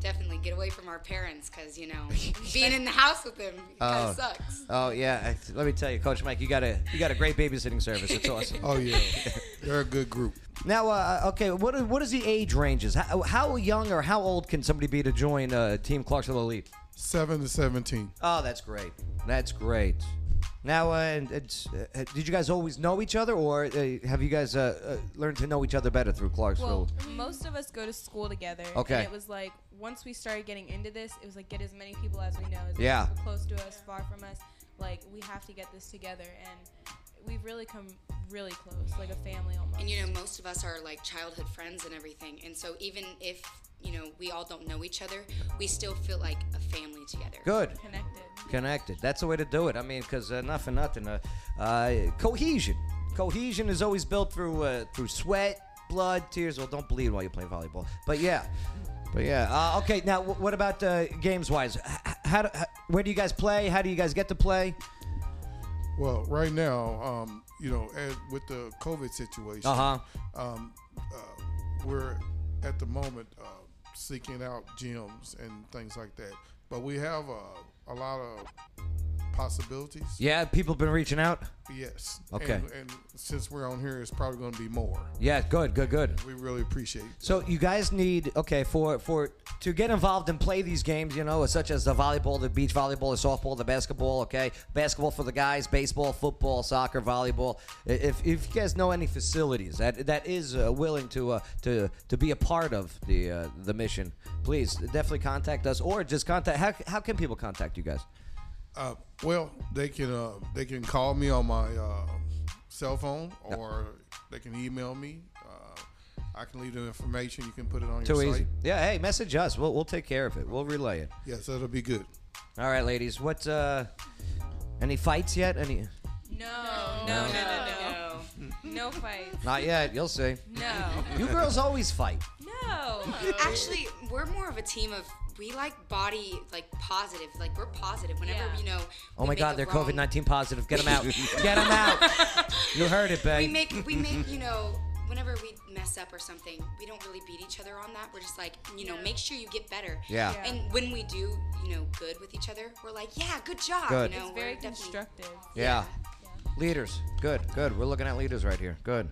Speaker 12: definitely get away from our parents because you know being in the house with them kind
Speaker 2: Oh.
Speaker 12: of sucks.
Speaker 2: Oh yeah, I, let me tell you, Coach Mike, you got a you got a great babysitting service. It's awesome.
Speaker 11: Oh yeah, they're a good group.
Speaker 2: now, uh, okay, what are, what is the age ranges? How, how young or how old can somebody be to join uh, Team Clarksville Elite?
Speaker 11: Seven to seventeen.
Speaker 2: Oh, that's great. That's great. Now, uh, and it's, uh, did you guys always know each other, or uh, have you guys uh, uh, learned to know each other better through Clarksville?
Speaker 7: Well, most of us go to school together.
Speaker 2: Okay.
Speaker 7: And it was like once we started getting into this, it was like get as many people as we know, as many
Speaker 2: Yeah.
Speaker 7: people close to us, far from us. Like we have to get this together, and we've really come really close, like a family almost.
Speaker 12: And you know, most of us are like childhood friends and everything, and so even if you know we all don't know each other, we still feel like a family together.
Speaker 2: Good.
Speaker 7: connected.
Speaker 2: connected. That's the way to do it. I mean, because uh, not for nothing, uh, uh, cohesion. Cohesion is always built through uh, through sweat, blood, tears. Well, don't bleed while you play volleyball. But yeah, but yeah. Uh, okay, now wh- what about uh, games wise? How, do, h where do you guys play? How do you guys get to play?
Speaker 11: Well, right now, um, you know, as, with the COVID situation,
Speaker 2: Uh-huh.
Speaker 11: um, uh, we're at the moment uh, seeking out gyms and things like that. But we have uh, a lot of possibilities.
Speaker 2: Yeah, people been reaching out.
Speaker 11: Yes.
Speaker 2: Okay.
Speaker 11: And, and since we're on here, it's probably going to be more.
Speaker 2: Yeah, good, good, good.
Speaker 11: We really appreciate it.
Speaker 2: So you guys need okay for for to get involved and play these games, you know, such as the volleyball, the beach volleyball, the softball, the basketball. Okay, basketball for the guys, baseball, football, soccer, volleyball. I- If if you guys know any facilities that that is uh, willing to uh, to to be a part of the uh, the mission, please definitely contact us or just contact. How how can people contact you guys?
Speaker 11: Uh, well, they can uh, they can call me on my uh, cell phone, or they can email me. Uh, I can leave the information. You can put it on
Speaker 2: Too
Speaker 11: your
Speaker 2: easy.
Speaker 11: site.
Speaker 2: Yeah. Hey, message us. We'll we'll take care of it. We'll relay it.
Speaker 11: Yes, that'll be good.
Speaker 2: All right, ladies. What uh, any fights yet? Any?
Speaker 7: No, no, no, no, no, no, fight.
Speaker 2: Not yet. You'll see.
Speaker 7: No,
Speaker 2: You girls always fight.
Speaker 7: no.
Speaker 12: Actually, we're more of a team of we like body like positive. Like we're positive whenever you know.
Speaker 2: Oh my God, they're COVID 19 positive. Get them out. Get them out. You heard it, babe.
Speaker 12: We make we make you know whenever we mess up or something, we don't really beat each other on that. We're just like you know, make sure you get better.
Speaker 2: Yeah. Yeah.
Speaker 12: And when we do, you know, good with each other, we're like, yeah, good job.
Speaker 2: Good.
Speaker 12: You know,
Speaker 2: It's
Speaker 12: very constructive.
Speaker 2: Yeah. Leaders. Good, good. We're looking at leaders right here. Good.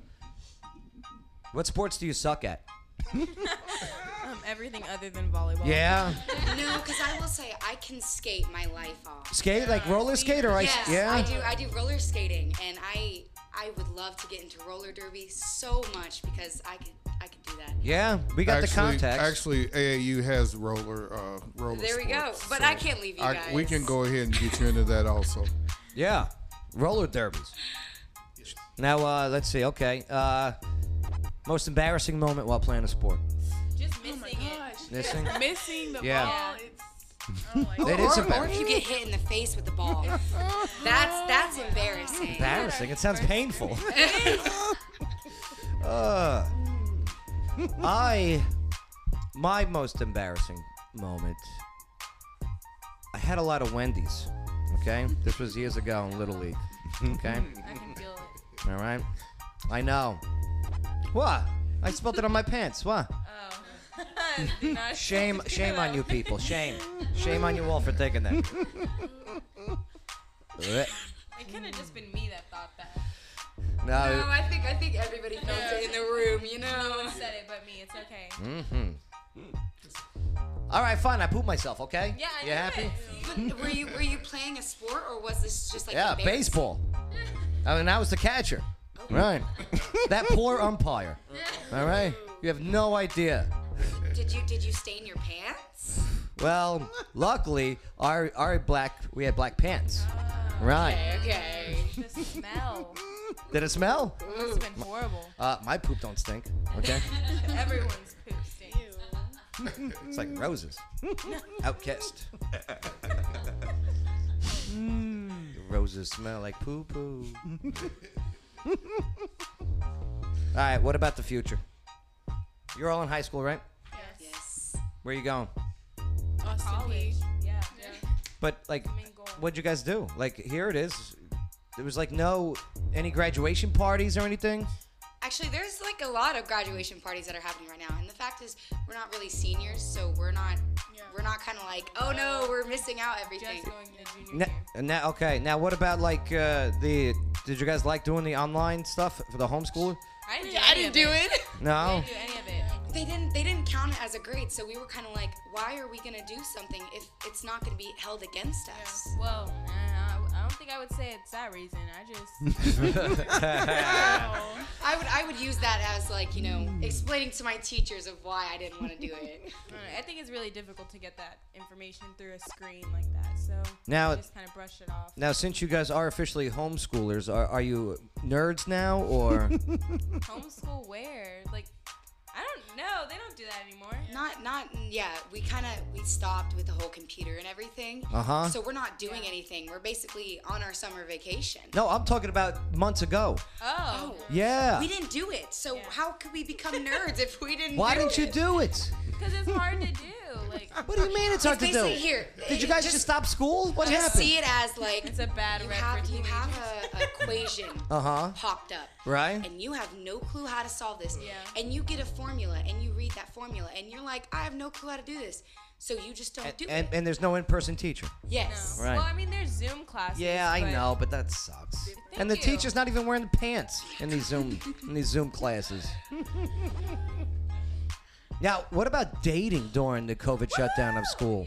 Speaker 2: What sports do you suck at?
Speaker 7: um, everything other than volleyball.
Speaker 2: Yeah.
Speaker 12: no, because I will say I can skate my life off.
Speaker 2: Skate? Like roller skate or ice?
Speaker 12: uh, Yes,
Speaker 2: yeah?
Speaker 12: I do. I do roller skating, and I I would love to get into roller derby so much because I could I could do that.
Speaker 2: Yeah, we got the contacts.
Speaker 11: Actually, AAU has roller uh, roller.
Speaker 12: There we go.
Speaker 11: sports,
Speaker 12: But I can't leave you guys.
Speaker 11: We can go ahead and get you into that also.
Speaker 2: Yeah. Roller derbies. Now, uh, let's see. Okay. Uh, most embarrassing moment while playing a sport?
Speaker 7: Just missing it.
Speaker 2: Missing?
Speaker 7: Just Oh missing the
Speaker 2: Yeah.
Speaker 7: ball. It's
Speaker 2: That is
Speaker 12: or if
Speaker 2: embarrassing.
Speaker 12: you get hit in the face with the ball, that's that's embarrassing.
Speaker 2: Embarrassing. It sounds painful. Uh, I, my most embarrassing moment. I had a lot of Wendy's. Okay, this was years ago in Little League. Okay,
Speaker 7: Mm, I can feel it.
Speaker 2: all right. I know. What? I spilled it on my pants. What?
Speaker 7: Oh. Do not-
Speaker 2: Shame, shame on you people. Shame, shame on you all for thinking that. Blech.
Speaker 7: It could have just been me that thought that.
Speaker 12: No,
Speaker 2: No.
Speaker 12: I think I think everybody felt it in the room. You know.
Speaker 7: No one said it but me. It's okay.
Speaker 2: Mm-hmm. All right, fine. I pooped myself. Okay.
Speaker 12: Yeah, I
Speaker 2: you
Speaker 12: knew
Speaker 2: happy?
Speaker 12: But were you were you playing a sport or was this just like
Speaker 2: yeah,
Speaker 12: embarrassing?
Speaker 2: baseball. I mean, I was the catcher. Right. that poor umpire. All right. You have no idea.
Speaker 12: Did you did you stain your pants?
Speaker 2: Well, luckily, our our black we had black pants. Right.
Speaker 12: Oh, Okay.
Speaker 7: The smell.
Speaker 2: Did it smell?
Speaker 7: Must have been horrible.
Speaker 2: Uh, my poop don't stink. Okay.
Speaker 7: Everyone's poop stinks.
Speaker 2: it's like roses. Outkissed. Roses smell like poo poo. All right. What about the future? You're all in high school, right?
Speaker 12: Yes.
Speaker 2: Where you going?
Speaker 7: Austin Peay. Yeah.
Speaker 2: But like, what'd you guys do? Like, here it is. There was like no any graduation parties or anything.
Speaker 12: Actually, there's like a lot of graduation parties that are happening right now, and the fact is, we're not really seniors, so we're not we're not kind of like, oh no, we're missing out everything.
Speaker 2: Na- now, okay. Now, what about like uh, the? Did you guys like doing the online stuff for the homeschooler?
Speaker 12: I didn't.
Speaker 10: do I any didn't of do it.
Speaker 2: No.
Speaker 12: do any of it. They didn't. They didn't count it as a grade, so we were kind of like, why are we gonna do something if it's not gonna be held against us?
Speaker 7: Well, uh, I don't think I would say it's that reason. I just.
Speaker 12: I would. I would use that as like you know, explaining to my teachers of why I didn't want to do it.
Speaker 7: I don't know. I think it's really difficult to get that information through a screen like that. So
Speaker 2: Now-
Speaker 7: I just kind of brush it off.
Speaker 2: Now, since you guys are officially homeschoolers, are, are you nerds now or?
Speaker 7: Homeschool where? Like, I don't know. They don't do that anymore.
Speaker 12: Not, not, yeah. We kind of we stopped with the whole computer and everything.
Speaker 2: Uh-huh.
Speaker 12: So we're not doing anything. We're basically on our summer vacation.
Speaker 2: no, I'm talking about months ago.
Speaker 12: Oh.
Speaker 2: Yeah.
Speaker 12: We didn't do it. So how could we become nerds if we didn't?
Speaker 2: Why didn't you do it?
Speaker 7: Because it's hard to do. Like,
Speaker 2: What do you mean it's hard to do?
Speaker 12: basically here. eh,
Speaker 2: Did you guys just, stop school? What
Speaker 12: just
Speaker 2: happened?
Speaker 12: see it as like
Speaker 7: it's a bad
Speaker 12: you
Speaker 7: rep
Speaker 12: have
Speaker 7: for
Speaker 12: you have a, a equation
Speaker 2: Uh-huh.
Speaker 12: popped up.
Speaker 2: Right.
Speaker 12: And you have no clue how to solve this. And you get a formula and you read that formula and you're like, I have no clue how to do this. So you just don't do
Speaker 2: and
Speaker 12: it.
Speaker 2: and there's no in-person teacher.
Speaker 12: yes.
Speaker 2: Right.
Speaker 7: Well, I mean, there's Zoom classes.
Speaker 2: Yeah, I
Speaker 7: but-
Speaker 2: know, but that sucks. and the
Speaker 7: you.
Speaker 2: teacher's not even wearing the pants in these Zoom in these Zoom classes. Now, what about dating during the COVID shutdown of school?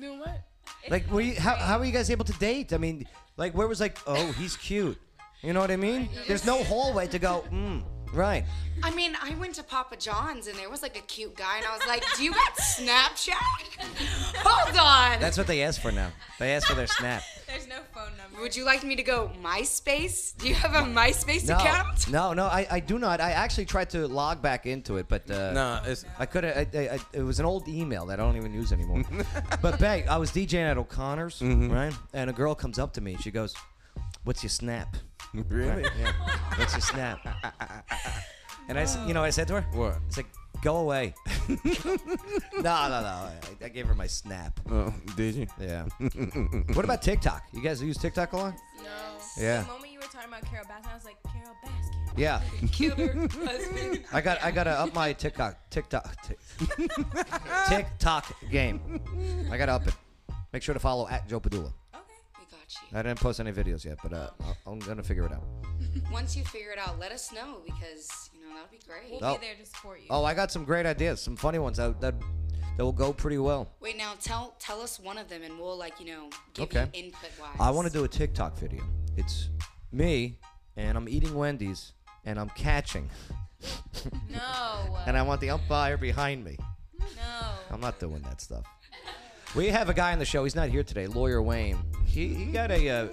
Speaker 10: Doing what?
Speaker 2: Like, were you, how how were you guys able to date? I mean, like, where was like, oh, he's cute. You know what I mean? There's no hallway to go. Mm, right.
Speaker 12: I mean, I went to Papa John's and there was like a cute guy and I was like, Do you got Snapchat? Hold on.
Speaker 2: That's what they ask for now. They ask for their snap.
Speaker 7: There's no phone number.
Speaker 12: Would you like me to go MySpace? Do you have a MySpace
Speaker 2: No,
Speaker 12: account?
Speaker 2: no, no. I, I do not. I actually tried to log back into it, but uh,
Speaker 3: No, it's-
Speaker 2: I could. I, I, I, it was an old email that I don't even use anymore. but babe, I was DJing at O'Connor's,
Speaker 3: Mm-hmm.
Speaker 2: right? And a girl comes up to me. She goes, "What's your snap?"
Speaker 3: Really?
Speaker 2: Right, yeah. What's your snap? and I, s- you know, what I said to her,
Speaker 3: What?
Speaker 2: It's like, Go away. no, no, no. I, I gave her my snap.
Speaker 8: Oh, did you?
Speaker 2: Yeah. what about TikTok? You guys use TikTok a lot?
Speaker 7: No.
Speaker 2: Yeah.
Speaker 7: The moment you were talking about Carol Baskin, I was like, Carol Baskin.
Speaker 2: Yeah.
Speaker 7: Killed her husband.
Speaker 2: I got I gotta up my TikTok TikTok Tik- TikTok game. I gotta up it. Make sure to follow at Joe Padula.
Speaker 12: We got you.
Speaker 2: I didn't post any videos yet, but uh, I- I'm gonna figure it out.
Speaker 12: Once you figure it out, let us know because you know that would be great.
Speaker 2: oh. Oh, I got some great ideas, some funny ones that that, that will go pretty well.
Speaker 12: Wait, now tell tell us one of them, and we'll like you know give
Speaker 2: okay.
Speaker 12: you input wise.
Speaker 2: I want to do a TikTok video. It's me and I'm eating Wendy's and I'm catching.
Speaker 7: No.
Speaker 2: and I want the umpire behind me.
Speaker 7: No.
Speaker 2: I'm not doing that stuff. We have a guy on the show. He's not here today. Lawyer Wayne. He, he got a uh,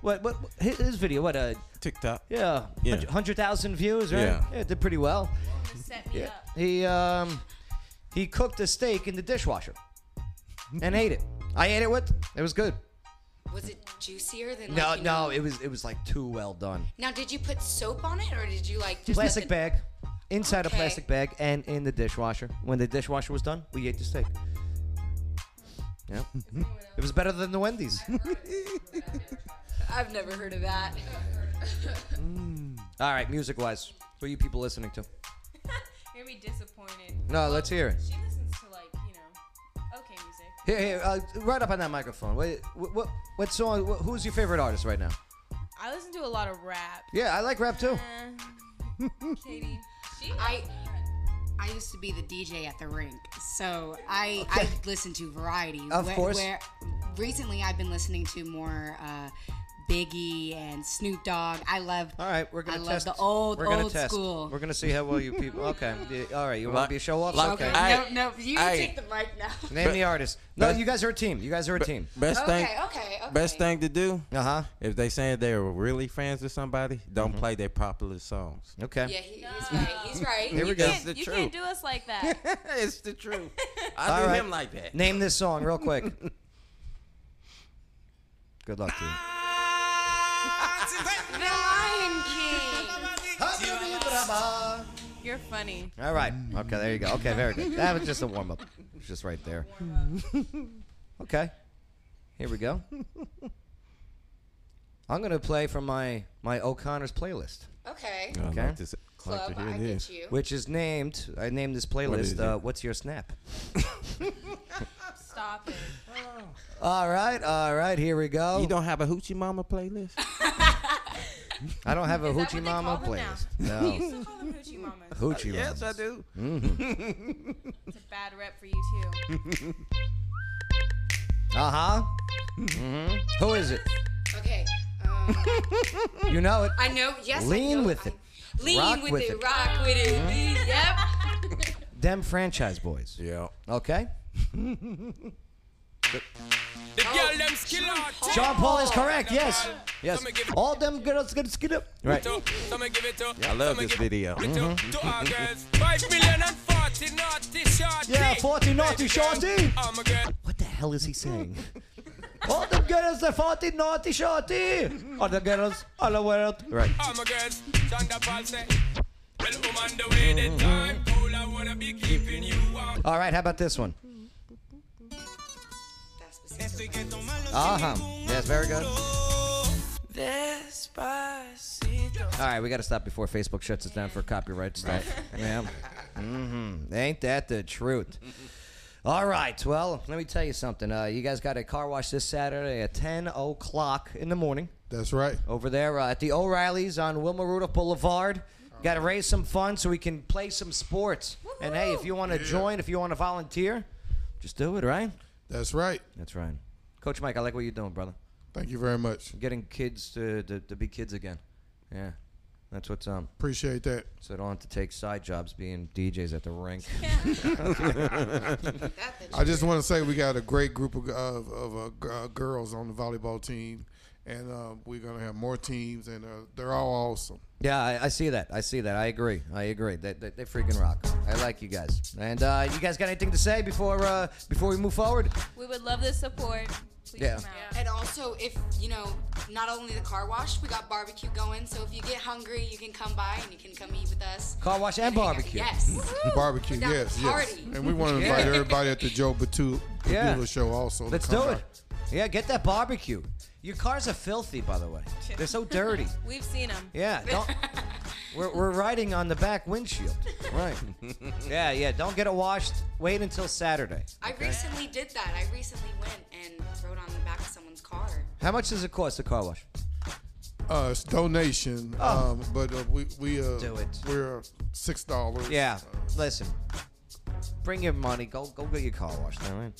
Speaker 2: what what his his video what a
Speaker 8: TikTok.
Speaker 2: Yeah,
Speaker 8: Yeah.
Speaker 2: hundred thousand views, right?
Speaker 8: Yeah.
Speaker 2: it did pretty well.
Speaker 7: Set me
Speaker 2: yeah,
Speaker 7: up.
Speaker 2: he um he cooked a steak in the dishwasher and ate it. I ate it with. It was good.
Speaker 12: Was it juicier than?
Speaker 2: No,
Speaker 12: like, you
Speaker 2: no,
Speaker 12: know-
Speaker 2: it was it was like too well done.
Speaker 12: Now, did you put soap on it, or did you like just
Speaker 2: plastic
Speaker 12: let
Speaker 2: bag, inside
Speaker 12: Okay.
Speaker 2: a plastic bag, and in the dishwasher. When the dishwasher was done, we ate the steak. Yeah, it was better than the Wendy's.
Speaker 12: the- I've never heard of that.
Speaker 2: All right, music wise, who are you people listening to?
Speaker 7: You're gonna be disappointed.
Speaker 2: No, let's hear it.
Speaker 7: She listens to like you know, okay music.
Speaker 2: Here, here, uh, right up on that microphone. What, what, what, what song? What, who's your favorite artist right now?
Speaker 7: I listen to a lot of rap.
Speaker 2: Yeah, I like rap too.
Speaker 7: Uh, Katie.
Speaker 12: I I used to be the DJ at the rink, so I I listened to variety.
Speaker 2: Of
Speaker 12: where,
Speaker 2: course.
Speaker 12: Where recently I've been listening to more uh, Biggie and Snoop Dogg. I love.
Speaker 2: All right, we're gonna
Speaker 12: I
Speaker 2: test.
Speaker 12: love the old
Speaker 2: we're gonna
Speaker 12: old
Speaker 2: test.
Speaker 12: school.
Speaker 2: We're gonna see how well you people. Okay, yeah, all right. You want to
Speaker 8: Like-
Speaker 2: be a show off?
Speaker 8: like-
Speaker 2: okay.
Speaker 8: I-
Speaker 12: no, no, you
Speaker 8: I-
Speaker 12: take the mic now.
Speaker 2: Name the artist. No,
Speaker 8: Best-
Speaker 2: you guys are a team. You guys are a team.
Speaker 8: Best
Speaker 12: Okay,
Speaker 8: thing.
Speaker 12: okay, okay.
Speaker 8: Best thing to do.
Speaker 2: Uh huh.
Speaker 8: If they saying they're really fans of somebody, don't play their popular songs.
Speaker 2: Mm-hmm. Okay.
Speaker 12: Yeah, he, he's right. He's right.
Speaker 8: Here we
Speaker 7: You
Speaker 8: go.
Speaker 7: can't-
Speaker 8: It's the
Speaker 7: you can't do
Speaker 8: truth.
Speaker 7: us like that.
Speaker 8: it's the truth. I
Speaker 2: All
Speaker 8: do
Speaker 2: right.
Speaker 8: him like that.
Speaker 2: Name this song real quick. Good luck to you.
Speaker 12: The Lion King.
Speaker 7: You're funny.
Speaker 2: All right. Okay, there you go. Okay, very good. That was just a warm up. Just right there. Okay. Here we go. I'm going to play from my my O'Connor's playlist.
Speaker 12: Okay.
Speaker 8: I
Speaker 2: Okay.
Speaker 8: like this. I like to
Speaker 12: Club,
Speaker 8: hear
Speaker 12: I
Speaker 8: this.
Speaker 12: get you.
Speaker 2: Which is named I named this playlist
Speaker 8: is
Speaker 2: uh,
Speaker 8: it?
Speaker 2: What's Your Snap.
Speaker 7: Stop it.
Speaker 2: All right. All right. Here we go.
Speaker 8: You don't have a hoochie mama playlist?
Speaker 2: I don't have a
Speaker 7: Is that
Speaker 2: Hoochie
Speaker 7: what they
Speaker 2: Mama
Speaker 7: call them now? You
Speaker 2: playlist. No.
Speaker 7: still call them hoochie mamas.
Speaker 2: Hoochie
Speaker 8: yes, I
Speaker 2: Mamas.
Speaker 8: do.
Speaker 12: Mm-hmm.
Speaker 7: It's a bad rep for you too.
Speaker 2: Uh huh.
Speaker 12: Mm-hmm.
Speaker 2: hmm Who is it?
Speaker 12: Okay. Um,
Speaker 2: You know it.
Speaker 12: I know. Yes. I
Speaker 2: Lean
Speaker 12: know.
Speaker 2: with it.
Speaker 12: Lean
Speaker 2: Rock
Speaker 12: with,
Speaker 2: with
Speaker 12: it.
Speaker 2: it. Mm-hmm.
Speaker 12: Rock with it. Lean- Yep.
Speaker 2: Them franchise boys.
Speaker 8: Yeah.
Speaker 2: Okay.
Speaker 13: The girl them skill out.
Speaker 2: John Paul is correct. Yes. Yes.
Speaker 13: Some give it-
Speaker 2: All them girls gonna skid up. Right. Mm-hmm.
Speaker 13: to- some give it to-
Speaker 8: I love
Speaker 13: some
Speaker 8: this
Speaker 13: give-
Speaker 8: video. Mm-hmm.
Speaker 13: give it to- To our girls. Five million and forty naughty shorty.
Speaker 2: Yeah, 40 naughty
Speaker 13: Baby
Speaker 2: shorty.
Speaker 13: girl, I'm a girl.
Speaker 2: What the hell is he saying? All them girls are 40 naughty shorty. All the girls all the world. Right.
Speaker 13: I'm a girl. Sandra Paul say. Well, woman, the way
Speaker 2: Mm-hmm.
Speaker 13: the time cool, I wanna be keeping you warm.
Speaker 2: All right. How about this one? Uh huh. Yes. Very good.
Speaker 13: Despacito.
Speaker 2: All right. We got to stop before Facebook shuts us down for copyright stuff. Yeah. Mm-hmm. Ain't that the truth? All right. Well, let me tell you something. Uh, you guys got a car wash this Saturday at 10 o'clock in the morning.
Speaker 11: That's right.
Speaker 2: over there uh, at the O'Reilly's on Wilma Rudolph Boulevard. Got to raise some funds so we can play some sports. And hey, if you want to join, if you want to volunteer, just do it, right?
Speaker 11: That's right.
Speaker 2: That's right. Coach Mike, I like what you're doing, brother.
Speaker 11: Thank you very much.
Speaker 2: Getting kids to, to, to be kids again. Yeah. That's what's um.
Speaker 11: Appreciate that.
Speaker 2: So they don't have to take side jobs being DJs at the rink.
Speaker 11: I just want to say we got a great group of of, of uh, g- uh, girls on the volleyball team, and uh, we're gonna have more teams, and uh, they're all awesome.
Speaker 2: Yeah, I, I see that. I see that. I agree. I agree. They, they, they freaking rock. I like you guys. And uh, you guys got anything to say before uh, before we move forward?
Speaker 7: We would love the support. Please
Speaker 2: Yeah.
Speaker 7: come out.
Speaker 12: And also, if you know, not only the car wash, we got barbecue going. So if you get hungry, you can come by and you can come eat with us.
Speaker 2: Car wash and
Speaker 12: hang out.
Speaker 2: barbecue.
Speaker 12: Yes.
Speaker 11: Barbecue,
Speaker 12: That
Speaker 11: yes, yes.
Speaker 12: party.
Speaker 11: And we want to
Speaker 2: Yeah.
Speaker 11: invite everybody at the Joe Batu
Speaker 2: Yeah.
Speaker 11: Padula show also. to
Speaker 2: Let's
Speaker 11: come
Speaker 2: do
Speaker 11: by.
Speaker 2: it. Yeah, get that barbecue. Your cars are filthy, by the way. They're so dirty.
Speaker 7: We've seen them.
Speaker 2: Yeah, don't. We're, we're riding on the back windshield. Right. Yeah, yeah. Don't get it washed. Wait until Saturday.
Speaker 12: I recently did that. I recently went and rode on the back of someone's car.
Speaker 2: How much does it cost, the car wash?
Speaker 11: Uh, it's donation,
Speaker 2: Oh.
Speaker 11: um, but uh, we we uh,
Speaker 2: Do it.
Speaker 11: We're six dollars.
Speaker 2: Yeah. Listen, bring your money. Go go get your car washed. All right.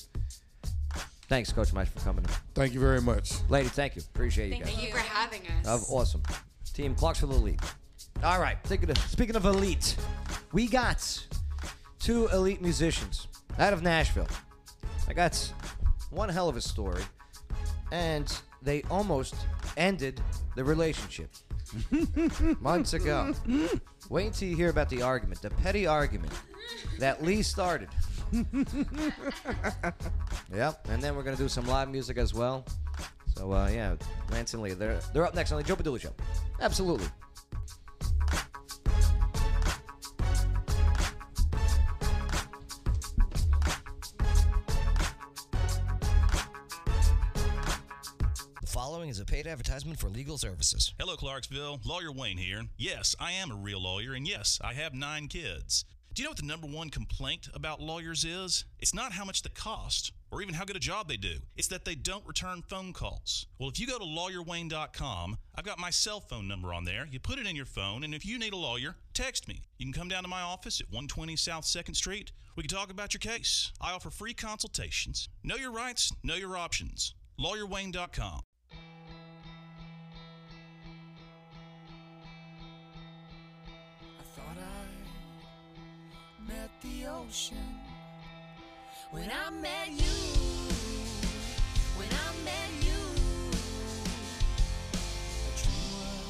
Speaker 2: Thanks, Coach Mike, for coming.
Speaker 11: Thank you very much.
Speaker 2: Lady, thank you. Appreciate you
Speaker 12: Thank
Speaker 2: guys.
Speaker 12: you for having us.
Speaker 2: Of awesome. Team Clarksville Elite. All right. Speaking of, speaking of elite, we got two elite musicians out of Nashville. I got one hell of a story, and they almost ended the relationship months ago. Wait until you hear about the argument, the petty argument that Lee started. Yep, and then we're gonna do some live music as well. So uh, yeah, Lance and Lee, they're they're up next on the Joe Padula Show. Absolutely. The following is a paid advertisement for legal services.
Speaker 1: Hello, Clarksville. Lawyer Wayne here. Yes, I am a real lawyer, and yes, I have nine kids. Do you know what the number one complaint about lawyers is? It's not how much they cost or even how good a job they do, it's that they don't return phone calls. Well, if you go to lawyerwayne.com, I've got my cell phone number on there. You put it in your phone, and if you need a lawyer, text me. You can come down to my office at 120 South 2nd Street. We can talk about your case. I offer free consultations. Know your rights, know your options. LawyerWayne.com.
Speaker 14: I thought I met the ocean when I met you. When I met you, a dream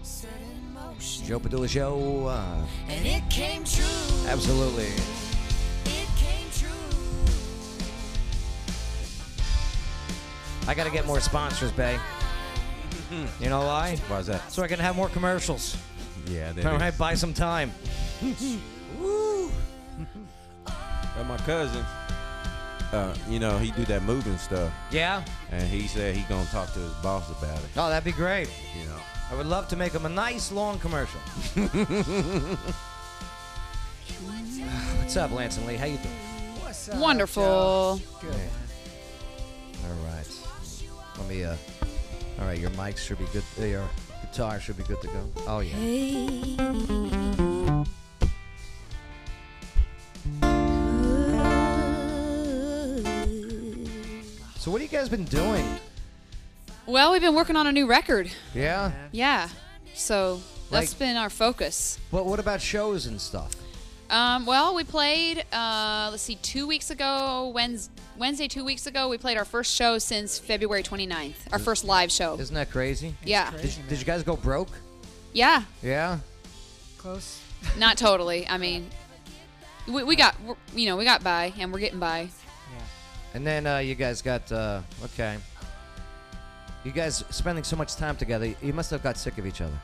Speaker 14: was set in motion,
Speaker 2: Joe Padula Show. Uh,
Speaker 14: and it came true.
Speaker 2: absolutely.
Speaker 14: It came true.
Speaker 2: I gotta get more sponsors, Bay. You know why?
Speaker 8: Why's that?
Speaker 2: So I can have more commercials.
Speaker 8: Yeah, they
Speaker 2: All
Speaker 8: do.
Speaker 2: right, buy some time. Woo!
Speaker 8: But my cousin, uh, you know, he do that moving stuff.
Speaker 2: Yeah.
Speaker 8: And he said he gonna talk to his boss about it.
Speaker 2: Oh, that'd be great.
Speaker 8: You know.
Speaker 2: I would love to make them a nice long commercial. What's up, Lance and Lee? How you doing?
Speaker 5: What's up,
Speaker 4: Wonderful.
Speaker 5: Joe? Good.
Speaker 2: All right. Let me. Uh, all right, your mics should be good. uh, Your guitar should be good to go. Oh yeah. So what have you guys been doing?
Speaker 4: Well, we've been working on a new record.
Speaker 2: Yeah.
Speaker 4: Yeah. So that's
Speaker 2: Like-
Speaker 4: been our focus.
Speaker 2: But what about shows and stuff?
Speaker 4: Um, well, we played. Uh, let's see, two weeks ago, Wednesday, Wednesday, two weeks ago, we played our first show since February 29th. Our
Speaker 2: Mm.
Speaker 4: first live show.
Speaker 2: Isn't that crazy?
Speaker 4: Yeah.
Speaker 2: Did, did you guys go broke?
Speaker 4: Yeah,
Speaker 2: Yeah.
Speaker 5: Close.
Speaker 4: not totally. I mean, we, we got we're- you know we got by, and we're getting by.
Speaker 2: And then uh, you guys got uh, okay. You guys spending so much time together, you must have got sick of each other.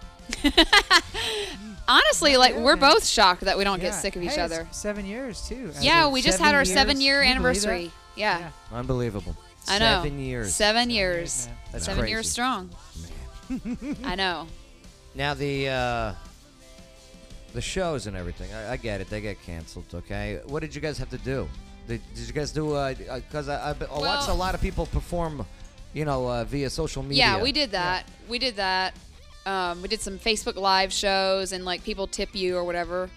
Speaker 4: Honestly, like we're both shocked that we don't
Speaker 5: Yeah.
Speaker 4: get sick of each
Speaker 5: Hey, it's
Speaker 4: other.
Speaker 5: Seven years too.
Speaker 4: Yeah,
Speaker 5: After
Speaker 4: we just had our seven-year
Speaker 5: Can you believe that?
Speaker 4: anniversary. Yeah.
Speaker 2: Unbelievable.
Speaker 4: I know.
Speaker 2: Seven years.
Speaker 4: Seven years.
Speaker 2: That's
Speaker 4: seven
Speaker 2: crazy.
Speaker 4: years strong. I know.
Speaker 2: Now the uh, the shows and everything. I, I get it. They get canceled. Okay. What did you guys have to do? Did, did you guys do? Because I, I, be- I watched a
Speaker 4: Well-
Speaker 2: lot of people perform, you know, uh, via social media.
Speaker 4: Yeah, we did that. We did that. Um, we did some Facebook live shows and like people tip you or whatever.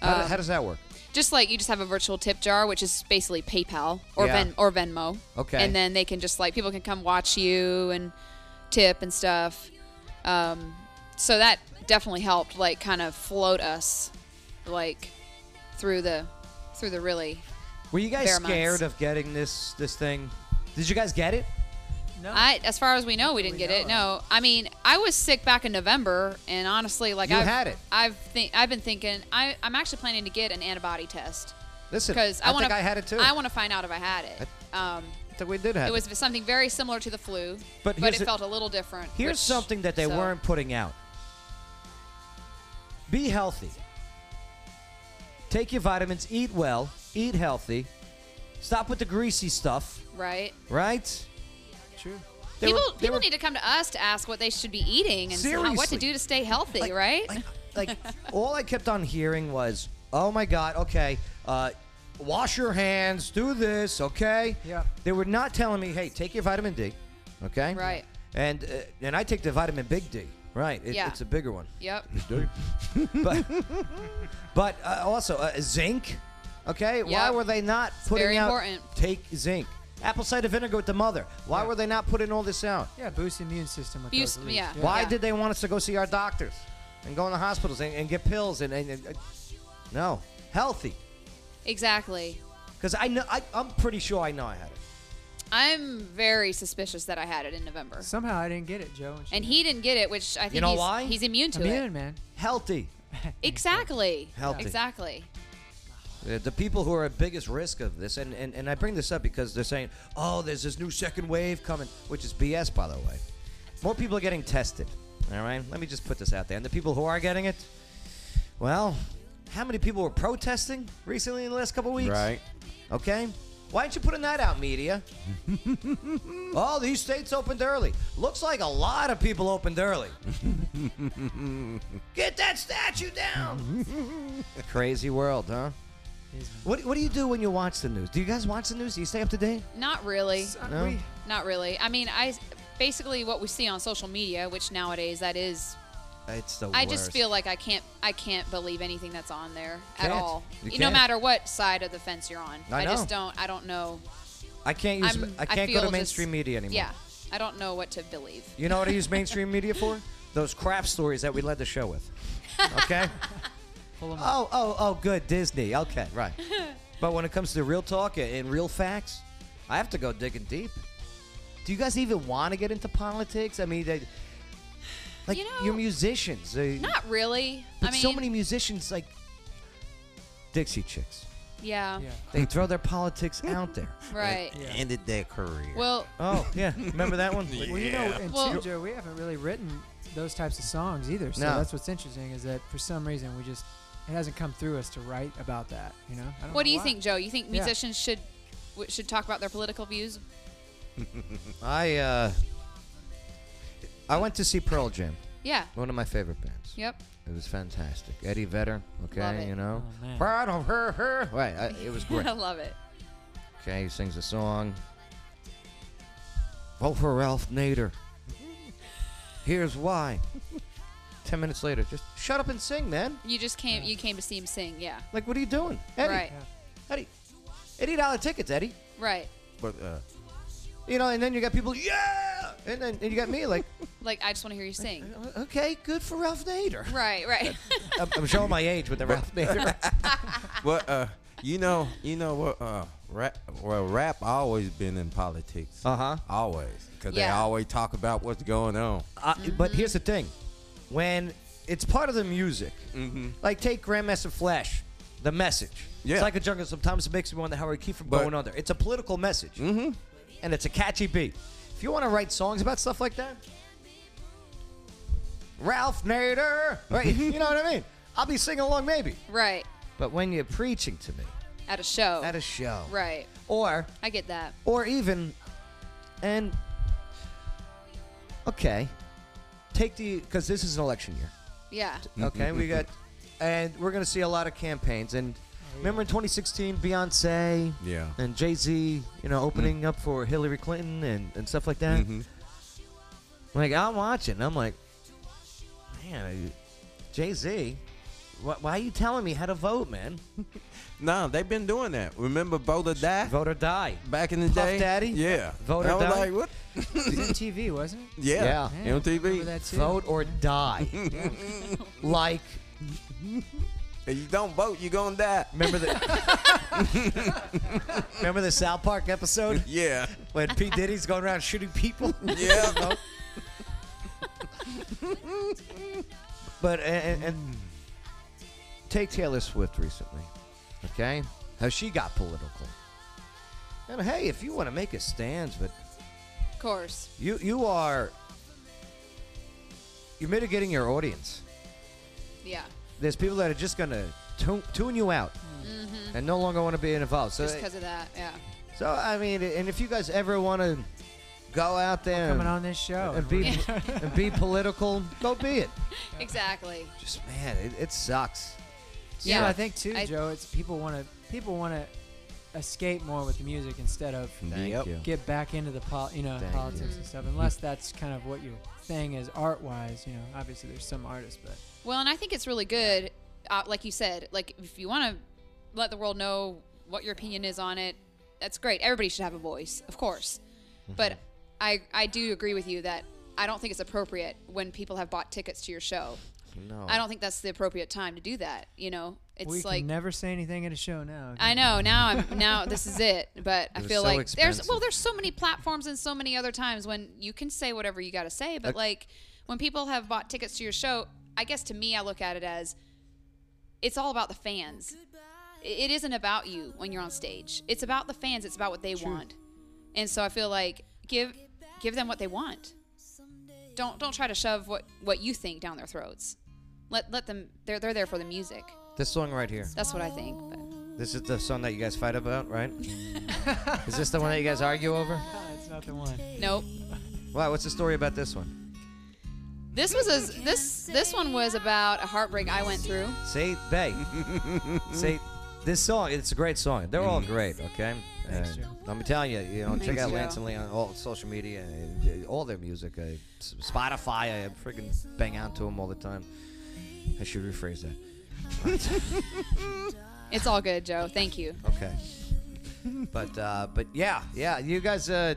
Speaker 2: How,
Speaker 4: Um,
Speaker 2: how does that work?
Speaker 4: Just like you just have a virtual tip jar, which is basically PayPal or
Speaker 2: Yeah.
Speaker 4: Ven- or Venmo.
Speaker 2: Okay.
Speaker 4: And then they can just like people can come watch you and tip and stuff. Um, so that definitely helped, like kind of float us, like through the through the really.
Speaker 2: Were you guys
Speaker 4: bare months.
Speaker 2: scared of getting this this thing? Did you guys get it?
Speaker 4: I, as far as we know, we didn't get it. No, I mean, I was sick back in November, and honestly, like
Speaker 2: You
Speaker 4: I've
Speaker 2: had it.
Speaker 4: I've think I've been thinking. I, I'm actually planning to get an antibody test
Speaker 2: Listen,
Speaker 4: because
Speaker 2: I,
Speaker 4: I want
Speaker 2: think
Speaker 4: to.
Speaker 2: I had it too.
Speaker 4: I want to find out if I had it. Um,
Speaker 2: that we did have.
Speaker 4: It was something very similar to the flu,
Speaker 2: But
Speaker 4: but,
Speaker 2: here's
Speaker 4: it
Speaker 2: a-
Speaker 4: felt a little different.
Speaker 2: Here's
Speaker 4: which-
Speaker 2: something that they
Speaker 4: so-
Speaker 2: weren't putting out. Be healthy. Take your vitamins, eat well, eat healthy. Stop with the greasy stuff,
Speaker 4: right.
Speaker 2: right? True.
Speaker 4: people people need to come to us to ask what they should be eating and how, what to
Speaker 2: Seriously.
Speaker 4: do to stay healthy, right?
Speaker 2: like all I kept on hearing was, "Oh my God, okay, uh, wash your hands, do this, okay."
Speaker 5: Yeah.
Speaker 2: They were not telling me, "Hey, take your vitamin D, okay?"
Speaker 4: Right.
Speaker 2: And uh, and I take the vitamin Big D, right? It-
Speaker 4: Yeah.
Speaker 2: It's a bigger one.
Speaker 4: Yep.
Speaker 2: but but uh, also uh, zinc, okay? Why
Speaker 4: Yep.
Speaker 2: were they not putting
Speaker 4: very
Speaker 2: out
Speaker 4: important.
Speaker 2: take zinc? Apple cider vinegar with the mother. Why were they not putting all this out?
Speaker 5: Yeah, boost the immune system with
Speaker 4: Boost-
Speaker 5: those leaves.
Speaker 4: yeah.
Speaker 2: Why did they want us to go see our doctors and go in the hospitals and, and get pills and, and, and- no healthy?
Speaker 4: Exactly.
Speaker 2: Because I know I, I'm pretty sure I know I had it.
Speaker 4: I'm very suspicious that I had it in November.
Speaker 5: Somehow I didn't get it, Joe. And, she-
Speaker 4: And he didn't get it, which I think
Speaker 2: You know
Speaker 4: he's,
Speaker 2: why?
Speaker 4: he's immune to
Speaker 5: Immune,
Speaker 4: it.
Speaker 5: man.
Speaker 2: Healthy.
Speaker 4: Exactly.
Speaker 2: Healthy.
Speaker 4: Exactly.
Speaker 2: Uh, The the people who are at biggest risk of this, and, and, and I bring this up because they're saying, oh, there's this new second wave coming, which is BS, by the way. More people are getting tested. All right? Let me just put this out there. And the people who are getting it, well, how many people were protesting recently in the last couple weeks?
Speaker 8: Right.
Speaker 2: Okay? Why aren't you putting that out, media? oh, these states opened early. Looks like a lot of people opened early. Get that statue down! Crazy world, huh? What, what do you do when you watch the news? Do you guys watch the news? Do you stay up to date?
Speaker 4: Not really.
Speaker 2: No? we-
Speaker 4: Not really. I mean, I basically what we see on social media, which nowadays that is
Speaker 2: It's the
Speaker 4: I just
Speaker 2: worst.
Speaker 4: feel like I can't I can't believe anything that's on there
Speaker 2: Can't.
Speaker 4: at all.
Speaker 2: You
Speaker 4: No
Speaker 2: can't.
Speaker 4: matter what side of the fence you're on.
Speaker 2: I
Speaker 4: just
Speaker 2: know.
Speaker 4: don't I don't know.
Speaker 2: I can't use.
Speaker 4: I'm-
Speaker 2: I can't go
Speaker 4: feel
Speaker 2: to
Speaker 4: just-
Speaker 2: mainstream media anymore.
Speaker 4: Yeah. I don't know what to believe.
Speaker 2: You know what I use mainstream media for? Those crap stories that we led the show with. Okay. oh, oh, oh, good Disney. Okay, right. But when it comes to real talk and- and real facts, I have to go digging deep. Do you guys even want to get into politics? I mean, they, like you're musicians. They,
Speaker 4: Not really.
Speaker 2: but
Speaker 4: I mean,
Speaker 2: so many musicians like Dixie Chicks.
Speaker 4: yeah.
Speaker 2: They throw their politics out there.
Speaker 4: Right.
Speaker 3: And Ended their career.
Speaker 4: Well,
Speaker 2: Oh yeah, remember that one?
Speaker 5: Well, you know, and
Speaker 4: Well-
Speaker 5: too, Joe, we haven't really written those types of songs either. So
Speaker 2: No.
Speaker 5: that's what's interesting is that for some reason we just it hasn't come through us to write about that. You know. I don't
Speaker 4: What
Speaker 5: know
Speaker 4: do you
Speaker 5: why.
Speaker 4: think, Joe? You think
Speaker 5: Yeah.
Speaker 4: musicians should w- should talk about their political views?
Speaker 2: I uh, I went to see Pearl Jam.
Speaker 4: Yeah.
Speaker 2: One of my favorite bands.
Speaker 4: Yep.
Speaker 2: It was fantastic. Eddie Vedder. Okay,
Speaker 4: Love it.
Speaker 2: you know.
Speaker 4: Oh, man.
Speaker 2: Proud of her, her. Right. I, it was great.
Speaker 4: I love it.
Speaker 2: okay, he sings a song. Vote for Ralph Nader. Here's why. Ten minutes later, just shut up and sing, man.
Speaker 4: You just came you came to see him sing, yeah.
Speaker 2: Like, what are you doing, Eddie?
Speaker 4: Right.
Speaker 2: Eddie, eighty dollar tickets, Eddie.
Speaker 4: Right.
Speaker 8: But uh,
Speaker 2: You know, and then you got people, yeah, and then and you got me, like,
Speaker 4: Like I just want to hear you sing.
Speaker 2: uh, okay, good for Ralph Nader.
Speaker 4: Right, right.
Speaker 2: I'm, I'm showing my age with the Ralph Nader.
Speaker 8: well,
Speaker 3: uh,
Speaker 8: you know, you know what? Uh, rap, well, rap always been in politics.
Speaker 2: Uh huh.
Speaker 8: Always, because they
Speaker 2: Yeah.
Speaker 8: always talk about what's going on.
Speaker 2: Uh, But here's the thing, when it's part of the music, like take Grandmaster Flash, the message.
Speaker 8: Yeah.
Speaker 2: Psycho Jungle sometimes it makes me wonder how we keep from
Speaker 8: But-
Speaker 2: going under. It's a political message, mm-hmm. and it's a catchy beat. If you want to write songs about stuff like that, Ralph Nader, right? you know what I mean? I'll be singing along maybe.
Speaker 4: right.
Speaker 2: But when you're preaching to me
Speaker 4: At a show.
Speaker 2: at a show,
Speaker 4: Right.
Speaker 2: or
Speaker 4: I get that.
Speaker 2: or even and okay take the because this is an election year
Speaker 4: Yeah.
Speaker 2: okay we got and we're gonna see a lot of campaigns and remember in 2016 beyonce
Speaker 8: Yeah. Mm-hmm.
Speaker 2: and jay-z you know opening up for hillary clinton and, and stuff like that like i'm watching i'm like man I- jay-z wh- why are you telling me how to vote man
Speaker 8: No, they've been doing that. Remember Vote or Die?
Speaker 2: Vote or Die.
Speaker 8: Back in the
Speaker 2: Puff
Speaker 8: day.
Speaker 2: Daddy?
Speaker 8: Yeah.
Speaker 2: Vote or
Speaker 8: I was
Speaker 2: Die?
Speaker 8: like, what?
Speaker 5: MTV wasn't it?
Speaker 8: Yeah.
Speaker 5: Yeah, I
Speaker 8: MTV.
Speaker 5: remember that too.
Speaker 2: vote or die like
Speaker 8: If you don't vote, you're going to die.
Speaker 2: Remember the Remember the South Park episode?
Speaker 8: Yeah.
Speaker 2: When P. Diddy's going around shooting people?
Speaker 8: Yeah.
Speaker 2: but, and, and take Taylor Swift recently, okay? How she got political. And hey, if you want to make a stand, but
Speaker 4: Of course.
Speaker 2: you you are you're mitigating your audience.
Speaker 4: Yeah.
Speaker 2: There's people that are just gonna tune, tune you out
Speaker 4: Mhm.
Speaker 2: and no longer want to be involved. So
Speaker 4: Just because of that. Yeah.
Speaker 2: So I mean, and if you guys ever want to go out there
Speaker 5: coming
Speaker 2: and-
Speaker 5: on this show.
Speaker 2: and be
Speaker 4: Yeah.
Speaker 2: and be political, go be it.
Speaker 4: Exactly.
Speaker 2: Just man, it, it sucks.
Speaker 5: Yeah,
Speaker 4: Yeah.
Speaker 5: I think too,
Speaker 4: I-
Speaker 5: Joe. It's people want to people want to escape more with the music instead of
Speaker 8: Thank Yep. you.
Speaker 5: get back into the pol- you know
Speaker 8: Thank
Speaker 5: politics
Speaker 8: you.
Speaker 5: and stuff. Unless that's kind of what your thing is art wise. You know, obviously there's some artists, but
Speaker 4: Well, and I think it's really good, uh, like you said, like if you want to let the world know what your opinion is on it, that's great. Everybody should have a voice, of course.
Speaker 5: Mm-hmm.
Speaker 4: But I, I do agree with you that I don't think it's appropriate when people have bought tickets to your show.
Speaker 2: No.
Speaker 4: I don't think that's the appropriate time to do that. You know, it's
Speaker 5: Oh. we
Speaker 4: like
Speaker 5: can never say anything at a show now.
Speaker 4: I know now. I'm now. This is it. But I
Speaker 5: It was
Speaker 4: feel
Speaker 5: so
Speaker 4: like there's
Speaker 5: expensive.
Speaker 4: well, there's so many platforms and so many other times when you can say whatever you got to say. But
Speaker 2: Ac-
Speaker 4: like when people have bought tickets to your show, I guess to me, I look at it as it's all about the fans. I- It isn't about you when you're on stage. It's about the fans. It's about what they want. And so I feel like give give them what they want. Don't don't try to shove what what you think down their throats. Let let them. They're they're there for the music.
Speaker 2: This song right here.
Speaker 4: That's what I think. But.
Speaker 2: This is the song that you guys fight about, right? is this the one that you guys argue over?
Speaker 5: That's not the one.
Speaker 4: Nope.
Speaker 2: Wow, what's the story about this one?
Speaker 4: This was a this this one was about a heartbreak I went through.
Speaker 2: See, they. See, this song, it's a great song. They're all great, okay?
Speaker 5: Mm-hmm. Thanks,
Speaker 2: Uh,
Speaker 5: Joe.
Speaker 2: I'm telling you, you know, check
Speaker 5: Thanks,
Speaker 2: out
Speaker 5: Joe.
Speaker 2: Lance and Lee on all social media, and uh, all their music, uh, S- Spotify. I freaking bang out to them all the time. I should rephrase that.
Speaker 4: It's all good, Joe. Thank you.
Speaker 2: Okay. but uh, but yeah, yeah. You guys, uh,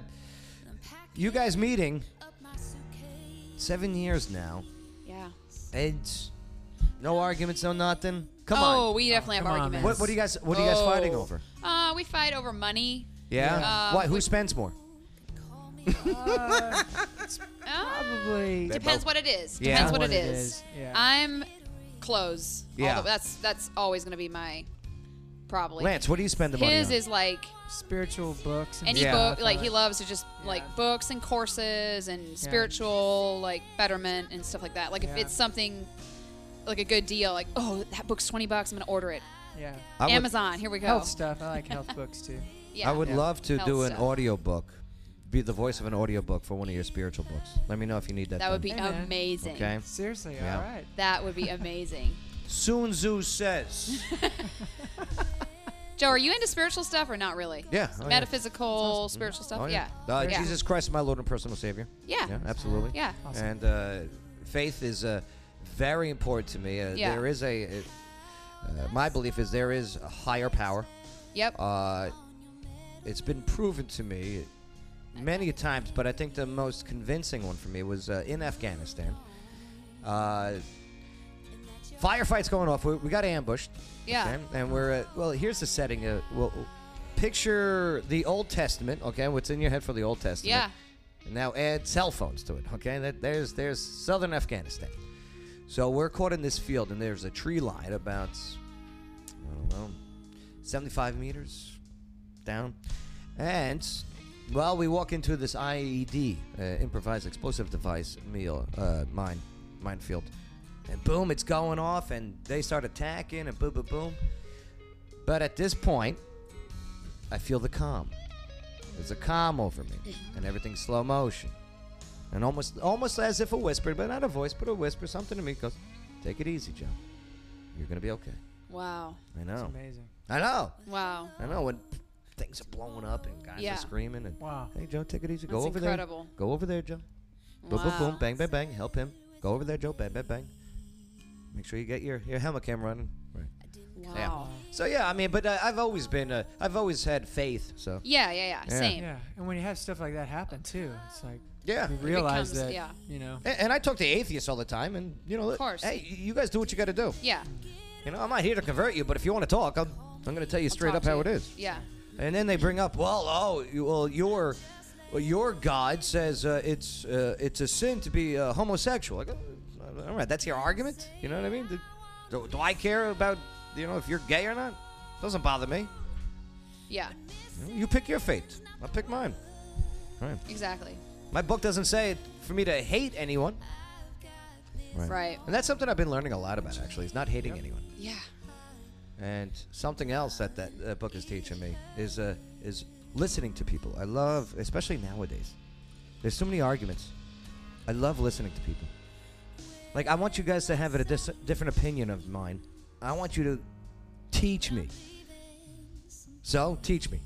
Speaker 2: you guys meeting seven years now,
Speaker 4: Yeah.
Speaker 2: and no arguments, no nothing. Come on.
Speaker 4: oh, we definitely have arguments.
Speaker 2: What, what do you guys? What are you guys
Speaker 4: Oh.
Speaker 2: fighting over?
Speaker 4: Uh, we fight over money.
Speaker 2: Yeah.
Speaker 4: Uh,
Speaker 2: Why? Who spends more?
Speaker 5: Probably
Speaker 4: depends what it is.
Speaker 2: Yeah.
Speaker 4: Depends what,
Speaker 2: What
Speaker 4: it
Speaker 2: it
Speaker 4: is.
Speaker 5: is, yeah.
Speaker 4: I'm clothes. all
Speaker 2: Yeah.
Speaker 4: the- that's that's always gonna be my probably.
Speaker 2: Lance, what do you spend the money
Speaker 4: His
Speaker 2: on?
Speaker 4: is like
Speaker 5: spiritual books. And
Speaker 4: any
Speaker 5: stuff,
Speaker 4: book.
Speaker 5: I
Speaker 4: Like
Speaker 5: thought.
Speaker 4: he loves to just like books and courses and spiritual like betterment and stuff like that. Like if
Speaker 5: Yeah.
Speaker 4: it's something like a good deal, like oh that book's twenty bucks, I'm gonna order it.
Speaker 5: Yeah.
Speaker 2: I would-
Speaker 4: Amazon. here we go.
Speaker 5: Health stuff. I like health books too.
Speaker 4: Yeah.
Speaker 2: I would
Speaker 5: Yeah.
Speaker 2: love to
Speaker 4: Health
Speaker 2: do an
Speaker 4: stuff.
Speaker 2: audiobook. Be the voice of an audiobook for one of your spiritual books. Let me know if you need that.
Speaker 4: That would be
Speaker 2: done.
Speaker 5: man.
Speaker 4: amazing.
Speaker 2: Okay.
Speaker 5: Seriously,
Speaker 2: Yeah.
Speaker 5: all right.
Speaker 4: That would be amazing.
Speaker 2: Sun Tzu says.
Speaker 4: Joe, are you into spiritual stuff or not really?
Speaker 2: Yeah, oh, yeah.
Speaker 4: Metaphysical, spiritual stuff.
Speaker 2: Oh,
Speaker 4: yeah.
Speaker 2: Uh,
Speaker 4: yeah.
Speaker 2: Jesus Christ, my Lord and personal Savior.
Speaker 4: Yeah.
Speaker 2: absolutely.
Speaker 4: Yeah. Awesome.
Speaker 2: And uh, faith is uh, very important to me. Uh,
Speaker 4: Yeah.
Speaker 2: There is a, uh, uh, my belief is there is a higher power.
Speaker 4: Yep.
Speaker 2: Uh, it's been proven to me many times, but I think the most convincing one for me was uh, in Afghanistan. Uh, firefights going off. We, we got ambushed.
Speaker 4: Yeah.
Speaker 2: okay? And we're at, well. Here's the setting. Uh, well, picture the Old Testament. Okay, what's in your head for the Old Testament?
Speaker 4: Yeah.
Speaker 2: And now add cell phones to it. Okay, that, there's there's southern Afghanistan. So we're caught in this field, and there's a tree line about I don't know, 75 meters down, and well, we walk into this IED, uh, improvised explosive device, meal uh, mine minefield, and boom, it's going off, and they start attacking, and boom, boom, boom. But at this point, I feel the calm. There's a calm over me, and everything's slow motion, and almost, almost as if a whisper, but not a voice, but a whisper. Something to me goes, "Take it easy, Joe. You're gonna be okay."
Speaker 4: Wow.
Speaker 2: I know.
Speaker 5: amazing.
Speaker 2: I know.
Speaker 4: Wow.
Speaker 2: I know when things are blowing up and guys
Speaker 4: Yeah.
Speaker 2: are screaming and
Speaker 5: Wow.
Speaker 2: hey Joe, take it easy.
Speaker 4: That's
Speaker 2: go over
Speaker 4: incredible.
Speaker 2: there. Go over there, Joe. Boom, boom, boom.
Speaker 4: Wow.
Speaker 2: Bang, bang, bang. Help him. Go over there, Joe. Bang, bang, bang. Make sure you get your your helmet cam running. Right.
Speaker 4: Wow.
Speaker 2: Yeah. So yeah, I mean, but uh, I've always been, uh, I've always had faith. So.
Speaker 4: Yeah, yeah, yeah. Same.
Speaker 5: Yeah, and when you have stuff like that happen too, it's like
Speaker 2: Yeah.
Speaker 5: you
Speaker 2: It
Speaker 5: realize
Speaker 4: becomes-
Speaker 5: that
Speaker 4: yeah.
Speaker 5: you know.
Speaker 2: A- And, I talk to atheists all the time, and you know,
Speaker 4: Of course.
Speaker 2: hey, you guys do what you got to do.
Speaker 4: Yeah.
Speaker 2: You know, I'm not here to convert you, but if you want to talk, I'm, I'm going to tell you straight
Speaker 4: Talk
Speaker 2: up
Speaker 4: to
Speaker 2: how
Speaker 4: you.
Speaker 2: it is.
Speaker 4: Yeah.
Speaker 2: And then they bring up, well, oh, you- well, your well, your God says uh, it's uh, it's a sin to be uh, homosexual. Like, uh, all right, that's your argument. You know what I mean? Do, do, do I care about you know if you're gay or not? Doesn't bother me.
Speaker 4: Yeah,
Speaker 2: You pick your fate. I'll pick mine.
Speaker 8: Right.
Speaker 4: exactly.
Speaker 2: My book doesn't say it for me to hate anyone.
Speaker 4: Right. Right.
Speaker 2: And that's something I've been learning a lot about, actually, is not hating anyone.
Speaker 4: Yeah.
Speaker 2: And something else that that, that book is teaching me is uh, is listening to people. I love, especially nowadays. There's so many arguments. I love listening to people. Like I want you guys to have a dis- different opinion of mine. I want you to teach me. So teach me.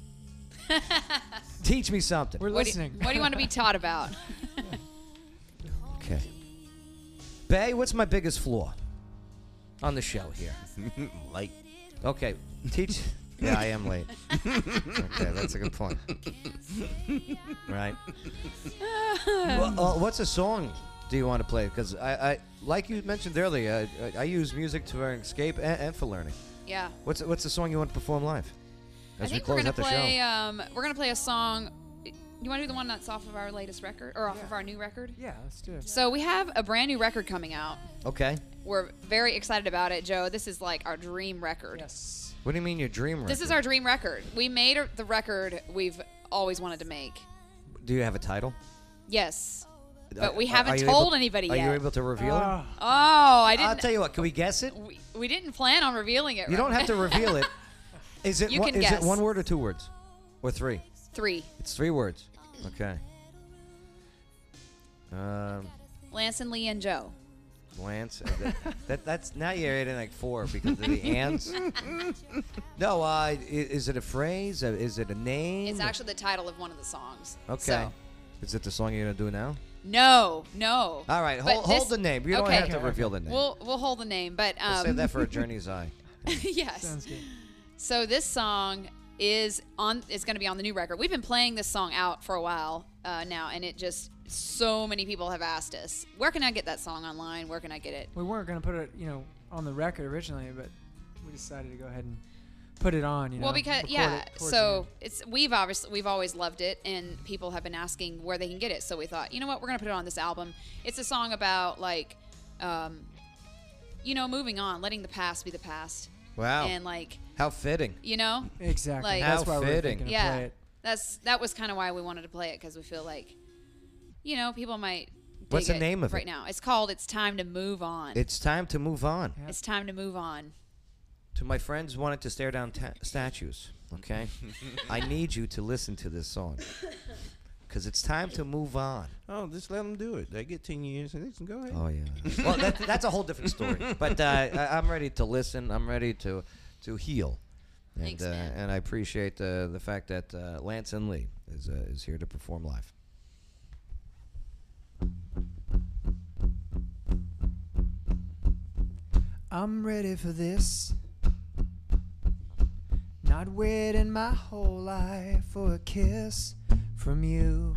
Speaker 2: teach me something. We're
Speaker 4: What do, you, what do you want to be taught about?
Speaker 2: Okay. Bay, what's my biggest flaw on the show here? late. Okay, teach. yeah, I am late. okay, that's a good point. Right.
Speaker 14: Hmm.
Speaker 2: well, uh, what's a song do you want to play? Because I, I, like you mentioned earlier, I, I use music to escape and, and for learning.
Speaker 4: Yeah.
Speaker 2: What's what's the song you want to perform live?
Speaker 4: I
Speaker 2: As we
Speaker 4: think
Speaker 2: close
Speaker 4: we're gonna
Speaker 2: out the
Speaker 4: play.
Speaker 2: show.
Speaker 4: Um, we're gonna play a song. You want to do the one that's off of our latest record or off of our new record?
Speaker 5: Yeah, let's do it.
Speaker 4: So we have a brand new record coming out.
Speaker 2: okay.
Speaker 4: We're very excited about it, Joe. This is like our dream record. Yes.
Speaker 2: What do you mean your dream record?
Speaker 4: This is our dream record. We made a- the record we've always wanted to make.
Speaker 2: Do you have a title?
Speaker 4: Yes. But we
Speaker 2: Uh, Are-
Speaker 4: haven't
Speaker 2: are you
Speaker 4: told
Speaker 2: able-
Speaker 4: anybody
Speaker 2: Are
Speaker 4: yet.
Speaker 2: you able to reveal it?
Speaker 4: Oh, I
Speaker 2: I'll
Speaker 4: didn't.
Speaker 2: tell you what. Can we guess it?
Speaker 4: we didn't plan on revealing it.
Speaker 2: You don't
Speaker 4: right
Speaker 2: have to
Speaker 4: now.
Speaker 2: reveal it. Is it
Speaker 4: You
Speaker 2: one,
Speaker 4: can
Speaker 2: is
Speaker 4: guess.
Speaker 2: it one word or two words, or three?
Speaker 4: Three.
Speaker 2: It's three words. Okay. Um,
Speaker 4: Lance and Lee and Joe.
Speaker 2: Lance. uh, that, that- that's now you're in like four because of the ands. No, uh, i- is it a phrase? Uh, Is it a name?
Speaker 4: It's actually the title of one of the songs.
Speaker 2: okay.
Speaker 4: So.
Speaker 2: Is it the song you're gonna do now?
Speaker 4: No, no.
Speaker 2: All right,
Speaker 4: But
Speaker 2: hold- hold
Speaker 4: this-
Speaker 2: the name. You don't
Speaker 4: okay.
Speaker 2: have to reveal the name.
Speaker 4: We'll we'll hold the name, but um,
Speaker 2: We'll save that for a journey's eye.
Speaker 4: yes. So this song is on is going to be on the new record. We've been playing this song out for a while uh, now, and it just so many people have asked us, where can I get that song online? Where can I get it?
Speaker 5: We weren't gonna put it, you know, on the record originally, but we decided to go ahead and put it on. You know,
Speaker 4: well, because
Speaker 5: record
Speaker 4: yeah,
Speaker 5: it towards the
Speaker 4: so it's we've obviously we've always loved it, and people have been asking where they can get it. So we thought, you know what, we're gonna put it on this album. It's a song about like, um, you know, moving on, letting the past be the past.
Speaker 2: Wow.
Speaker 4: And like,
Speaker 2: How fitting.
Speaker 4: you know,
Speaker 5: Exactly.
Speaker 4: Like,
Speaker 2: How That's why we were fitting. thinking to
Speaker 4: yeah,
Speaker 2: play it.
Speaker 4: that's that was kind of why we wanted to play it because we feel like, you know, people might.
Speaker 2: What's
Speaker 4: dig
Speaker 2: the name of it?
Speaker 4: right now? It's called "It's Time to Move On."
Speaker 2: It's time to move on.
Speaker 4: It's time to move on.
Speaker 2: To my friends wanted to stare down ta- statues, okay? I need you to listen to this song. Because it's time to move on.
Speaker 8: Oh, just let them do it. They get 10 years and they can go ahead.
Speaker 2: Oh, yeah. Well, that, that's a whole different story. But uh, I, I'm ready to listen. I'm ready to, to heal. And,
Speaker 8: Thanks,
Speaker 2: uh, and I appreciate uh, the fact that uh, Lance and Lee is, uh, is here to perform live.
Speaker 5: I'm ready for this. Not waiting my whole life for a kiss from you.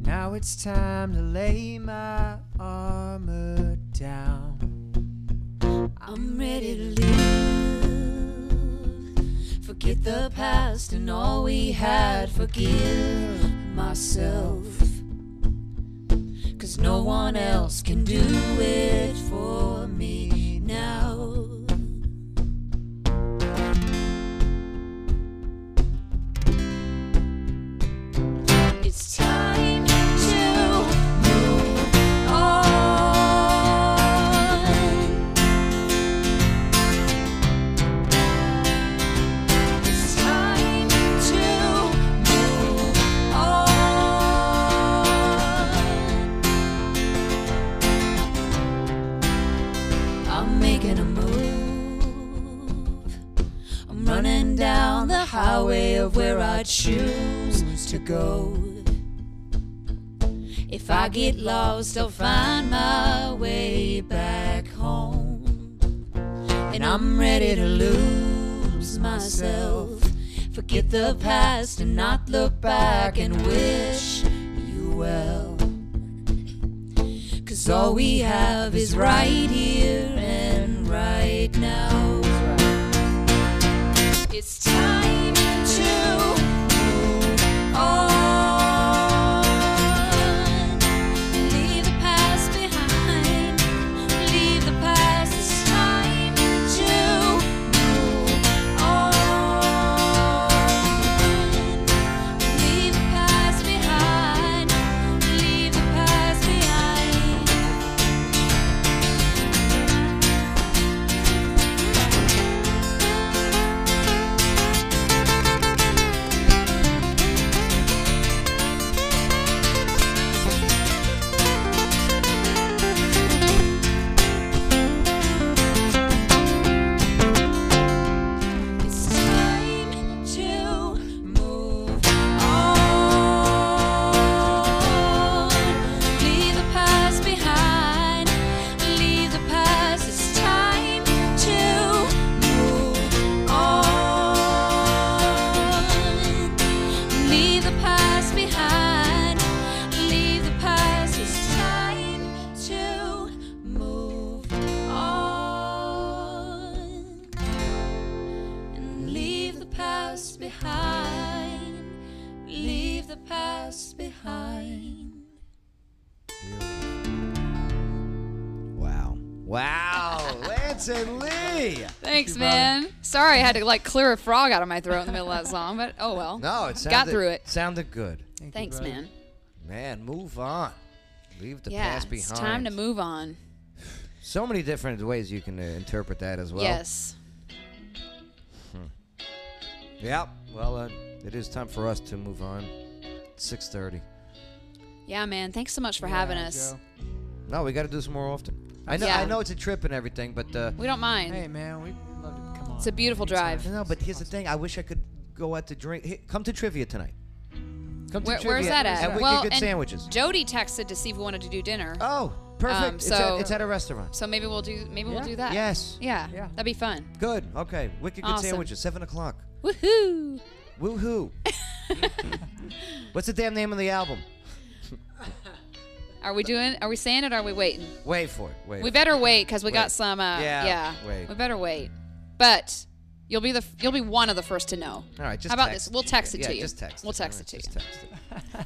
Speaker 5: Now it's time to lay my armor down.
Speaker 15: I'm ready to live. Forget the past and all we had. Forgive myself. Cause no one else can do it for me now. It's time to move on. It's time to move on. I'm making a move. I'm running down the highway of where I choose to go. If I get lost, I'll find my way back home. And I'm ready to lose myself. Forget the past and not look back and wish you well. Cause all we have is right here and right now. It's time to move on. Leave the past behind. Leave the past. It's time to move on.
Speaker 2: Beyonce Lee.
Speaker 4: Thanks, man. Sorry, I had to like clear a frog out of my throat in the middle of that song, but oh well.
Speaker 2: No, it sounded,
Speaker 4: got through it.
Speaker 2: Sounded good.
Speaker 4: Thanks, brother. man.
Speaker 2: Man, move on. Leave the
Speaker 4: yeah,
Speaker 2: past
Speaker 4: it's
Speaker 2: behind.
Speaker 4: time to move on.
Speaker 2: So many different ways you can uh, interpret that as well.
Speaker 4: yes.
Speaker 2: Yep. Well, uh, it is time for us to move on. Six thirty.
Speaker 4: Yeah, man. Thanks so much for having us.
Speaker 2: No, we got to do this more often. I know.
Speaker 4: Yeah.
Speaker 2: I know it's a trip and everything, but uh,
Speaker 4: We don't mind.
Speaker 5: Hey, man, we love to come on.
Speaker 4: It's a beautiful drive.
Speaker 2: No, but here's the thing. I wish I could go out to drink. Hey, come to trivia tonight. Come to
Speaker 4: Where,
Speaker 2: trivia.
Speaker 4: where's that at?
Speaker 2: And we
Speaker 4: well,
Speaker 2: get good
Speaker 4: and
Speaker 2: sandwiches.
Speaker 4: Jody texted to see if we wanted to do dinner.
Speaker 2: Oh, Perfect.
Speaker 4: Um,
Speaker 2: It's
Speaker 4: so
Speaker 2: at- it's, at, a restaurant.
Speaker 4: so maybe we'll do maybe we'll
Speaker 2: Yeah.
Speaker 4: do that.
Speaker 2: Yes.
Speaker 4: Yeah. That'd be fun.
Speaker 2: Good. Okay. Wicked good
Speaker 4: Awesome.
Speaker 2: sandwiches. Seven o'clock.
Speaker 4: Woohoo!
Speaker 2: Woohoo. What's the damn name of the album?
Speaker 4: Are we doing? Are we saying it? or Are we waiting?
Speaker 2: Wait for it. Wait.
Speaker 4: We better wait because we
Speaker 2: Wait.
Speaker 4: got some. Uh,
Speaker 2: Yeah,
Speaker 4: yeah.
Speaker 2: wait.
Speaker 4: We better wait. But you'll be the f- you'll be one of the first to know.
Speaker 2: All right, just
Speaker 4: How about
Speaker 2: text.
Speaker 4: this? We'll text it
Speaker 2: Yeah,
Speaker 4: to you.
Speaker 2: just text
Speaker 4: We'll
Speaker 2: it.
Speaker 4: text
Speaker 2: All
Speaker 4: it to
Speaker 2: right,
Speaker 4: you.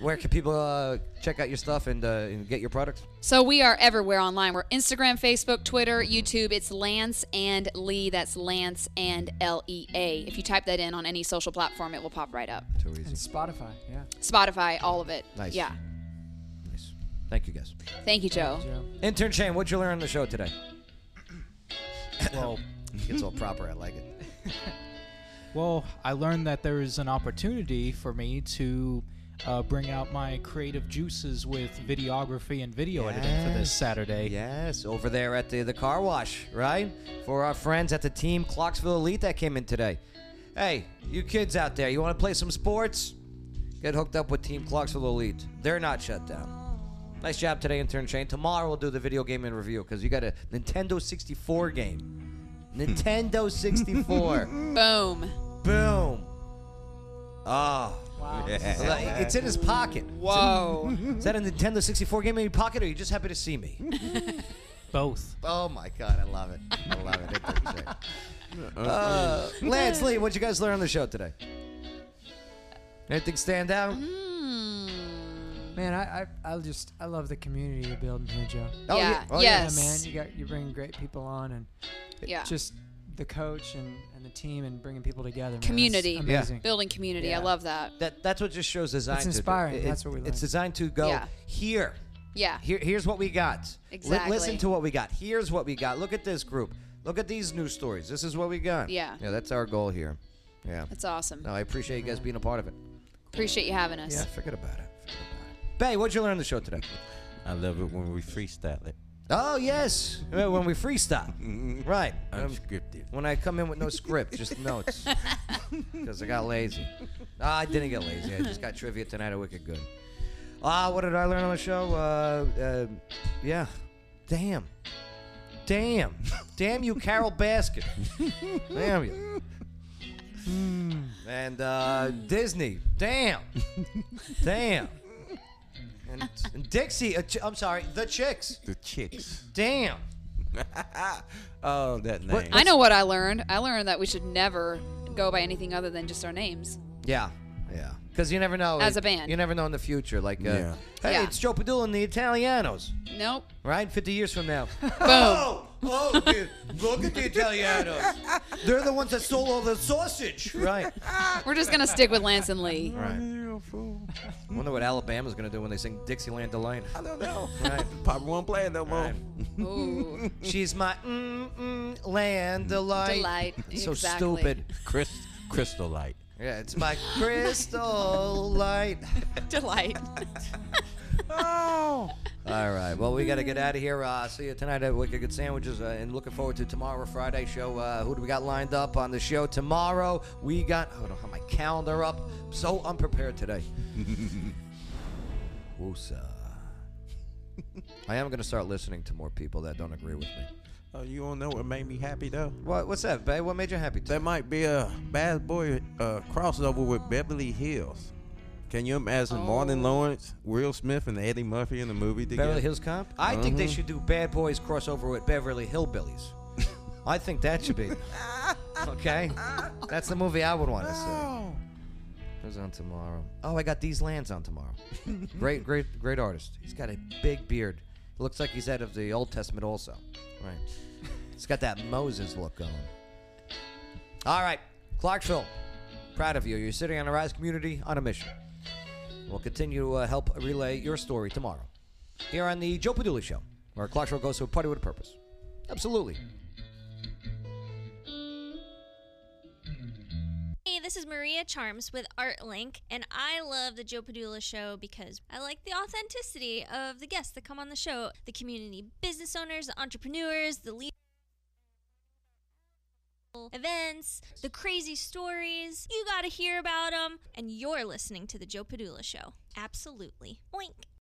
Speaker 2: Where can people uh, check out your stuff and, uh, and get your products?
Speaker 4: So we are everywhere online. We're Instagram, Facebook, Twitter, YouTube. It's Lance and Lee. That's Lance and L E A. If you type that in on any social platform, it will pop right up.
Speaker 2: Too easy.
Speaker 5: And Spotify, yeah.
Speaker 4: Spotify, all of it.
Speaker 2: Nice.
Speaker 4: Yeah.
Speaker 2: Thank you, guys.
Speaker 4: Thank you, Joe.
Speaker 2: Intern Shane, what'd you learn on the show today? well, it's all proper. I like it.
Speaker 6: Well, I learned that there is an opportunity for me to uh, bring out my creative juices with videography and video editing for this Saturday.
Speaker 2: Yes, over there at the, the car wash, right? For our friends at the team Clarksville Elite that came in today. Hey, you kids out there, you want to play some sports? Get hooked up with Team Clarksville Elite. They're not shut down. Nice job today, intern Shane. Tomorrow we'll do the video game and review because you got a Nintendo 64 game. Nintendo 64.
Speaker 4: Boom.
Speaker 2: Boom. Oh.
Speaker 4: Wow.
Speaker 2: Like, It's in his pocket.
Speaker 4: Whoa.
Speaker 2: Is that a Nintendo 64 game in your pocket, or are you just happy to see me?
Speaker 6: Both.
Speaker 2: Oh my God, I love it. I love it. Uh, Lance Lee, what you guys learn on the show today? Anything stand out?
Speaker 4: Mm-hmm.
Speaker 5: Man, I, I I just I love the community you're building here, Joe.
Speaker 2: Oh, yeah. Yeah. Oh, yeah.
Speaker 5: man,
Speaker 2: Yes.
Speaker 5: you got you bring great people on and
Speaker 4: Yeah.
Speaker 5: just the coach and, and the team and bringing people together. man, that's
Speaker 4: Community.
Speaker 5: amazing.
Speaker 4: Building community.
Speaker 5: Yeah.
Speaker 4: I love that.
Speaker 2: That that's what this show's designed.
Speaker 5: It's inspiring,
Speaker 2: To do.
Speaker 5: that's what we
Speaker 2: It's
Speaker 5: learned.
Speaker 2: designed to go
Speaker 4: Yeah.
Speaker 2: here.
Speaker 4: Yeah.
Speaker 2: Here, here's what we got. Li- listen
Speaker 4: Exactly.
Speaker 2: to what we got. Here's what we got. Look at this group. Look at these news stories. This is what we got.
Speaker 4: Yeah.
Speaker 2: Yeah, that's our goal here. Yeah.
Speaker 4: That's Mm-hmm. awesome.
Speaker 2: No, I appreciate you guys being a part of it.
Speaker 4: Appreciate you having us.
Speaker 2: Yeah, forget about it. Bay, what'd you learn on the show today?
Speaker 8: I love it when we freestyle it. Mm-hmm.
Speaker 2: Oh yes, Uh, when we freestyle, right? Um,
Speaker 8: Unscripted.
Speaker 2: when I come in with no script, just notes, because I got lazy. Ah, I didn't get lazy. I just got trivia tonight at Wicked Good. Ah, what did I learn on the show? Uh, uh, yeah, damn, damn, damn you, Carol Baskin, damn you. Mm. And uh, Disney, damn, damn. And, and Dixie, uh, ch- I'm sorry, the chicks.
Speaker 8: The chicks.
Speaker 2: Damn.
Speaker 8: oh, that name.
Speaker 4: I know what I learned. I learned that we should never go by anything other than just our names.
Speaker 2: Yeah, yeah. Because you never know.
Speaker 4: As a
Speaker 2: like,
Speaker 4: band.
Speaker 2: you never know in the future. Like, uh,
Speaker 8: Yeah.
Speaker 2: hey,
Speaker 4: Yeah.
Speaker 2: it's Joe Padula and the Italianos,
Speaker 4: Nope.
Speaker 2: right? Fifty years from now. Boom.
Speaker 4: Oh,
Speaker 2: oh, dude, look at the Italianos. They're the ones that stole all the sausage. Right.
Speaker 4: We're just gonna stick with Lance and Lee.
Speaker 2: Right. Wonder what Alabama's gonna do when they sing Dixieland Delight.
Speaker 8: I don't know.
Speaker 2: Right.
Speaker 8: Papa won't play it no more.
Speaker 4: Ooh.
Speaker 2: She's my mm-mm land delight.
Speaker 4: Mm. Delight,
Speaker 2: It's so
Speaker 4: exactly.
Speaker 2: stupid.
Speaker 8: Chris, Crystal Light.
Speaker 2: Yeah, it's my crystal light.
Speaker 4: Delight.
Speaker 5: Oh.
Speaker 2: All right. Well, we got to get out of here. Uh, see you tonight at Wicked Good Sandwiches, uh, and looking forward to tomorrow Friday show. Uh, who do we got lined up on the show tomorrow? We got. I don't have my calendar up. So unprepared today. Woosa. I am going to start listening to more people that don't agree with me.
Speaker 8: Oh, you don't know what made me happy though.
Speaker 2: What? What's that, babe? What made you happy?
Speaker 8: There might be a Bad Boy uh, crossover with Beverly Hills. Can you imagine Martin Lawrence, Will Smith, and Eddie Murphy in the movie together?
Speaker 2: Oh. Beverly Hills Cop. I think they
Speaker 8: Mhm.
Speaker 2: should do Bad Boys crossover with Beverly Hillbillies. I think that should be. Okay, that's the movie I would want to see. Who's on tomorrow? Oh, I got these lands on tomorrow. great, great, great artist. He's got a big beard. Looks like he's out of the Old Testament also.
Speaker 8: Right.
Speaker 2: It's got that Moses look going. All right, Clarksville, proud of you. You're sitting on a Rise community on a mission. We'll continue to uh, help relay your story tomorrow here on the Joe Padula Show, where Clarksville goes to a party with a purpose. Absolutely.
Speaker 16: Hey, this is Maria Charms with ArtLink, and I love the Joe Padula show because I like the authenticity of the guests that come on the show the community business owners, the entrepreneurs, the leaders. Events, the crazy stories, you gotta hear about them, and you're listening to The Joe Padula Show. Absolutely. Oink.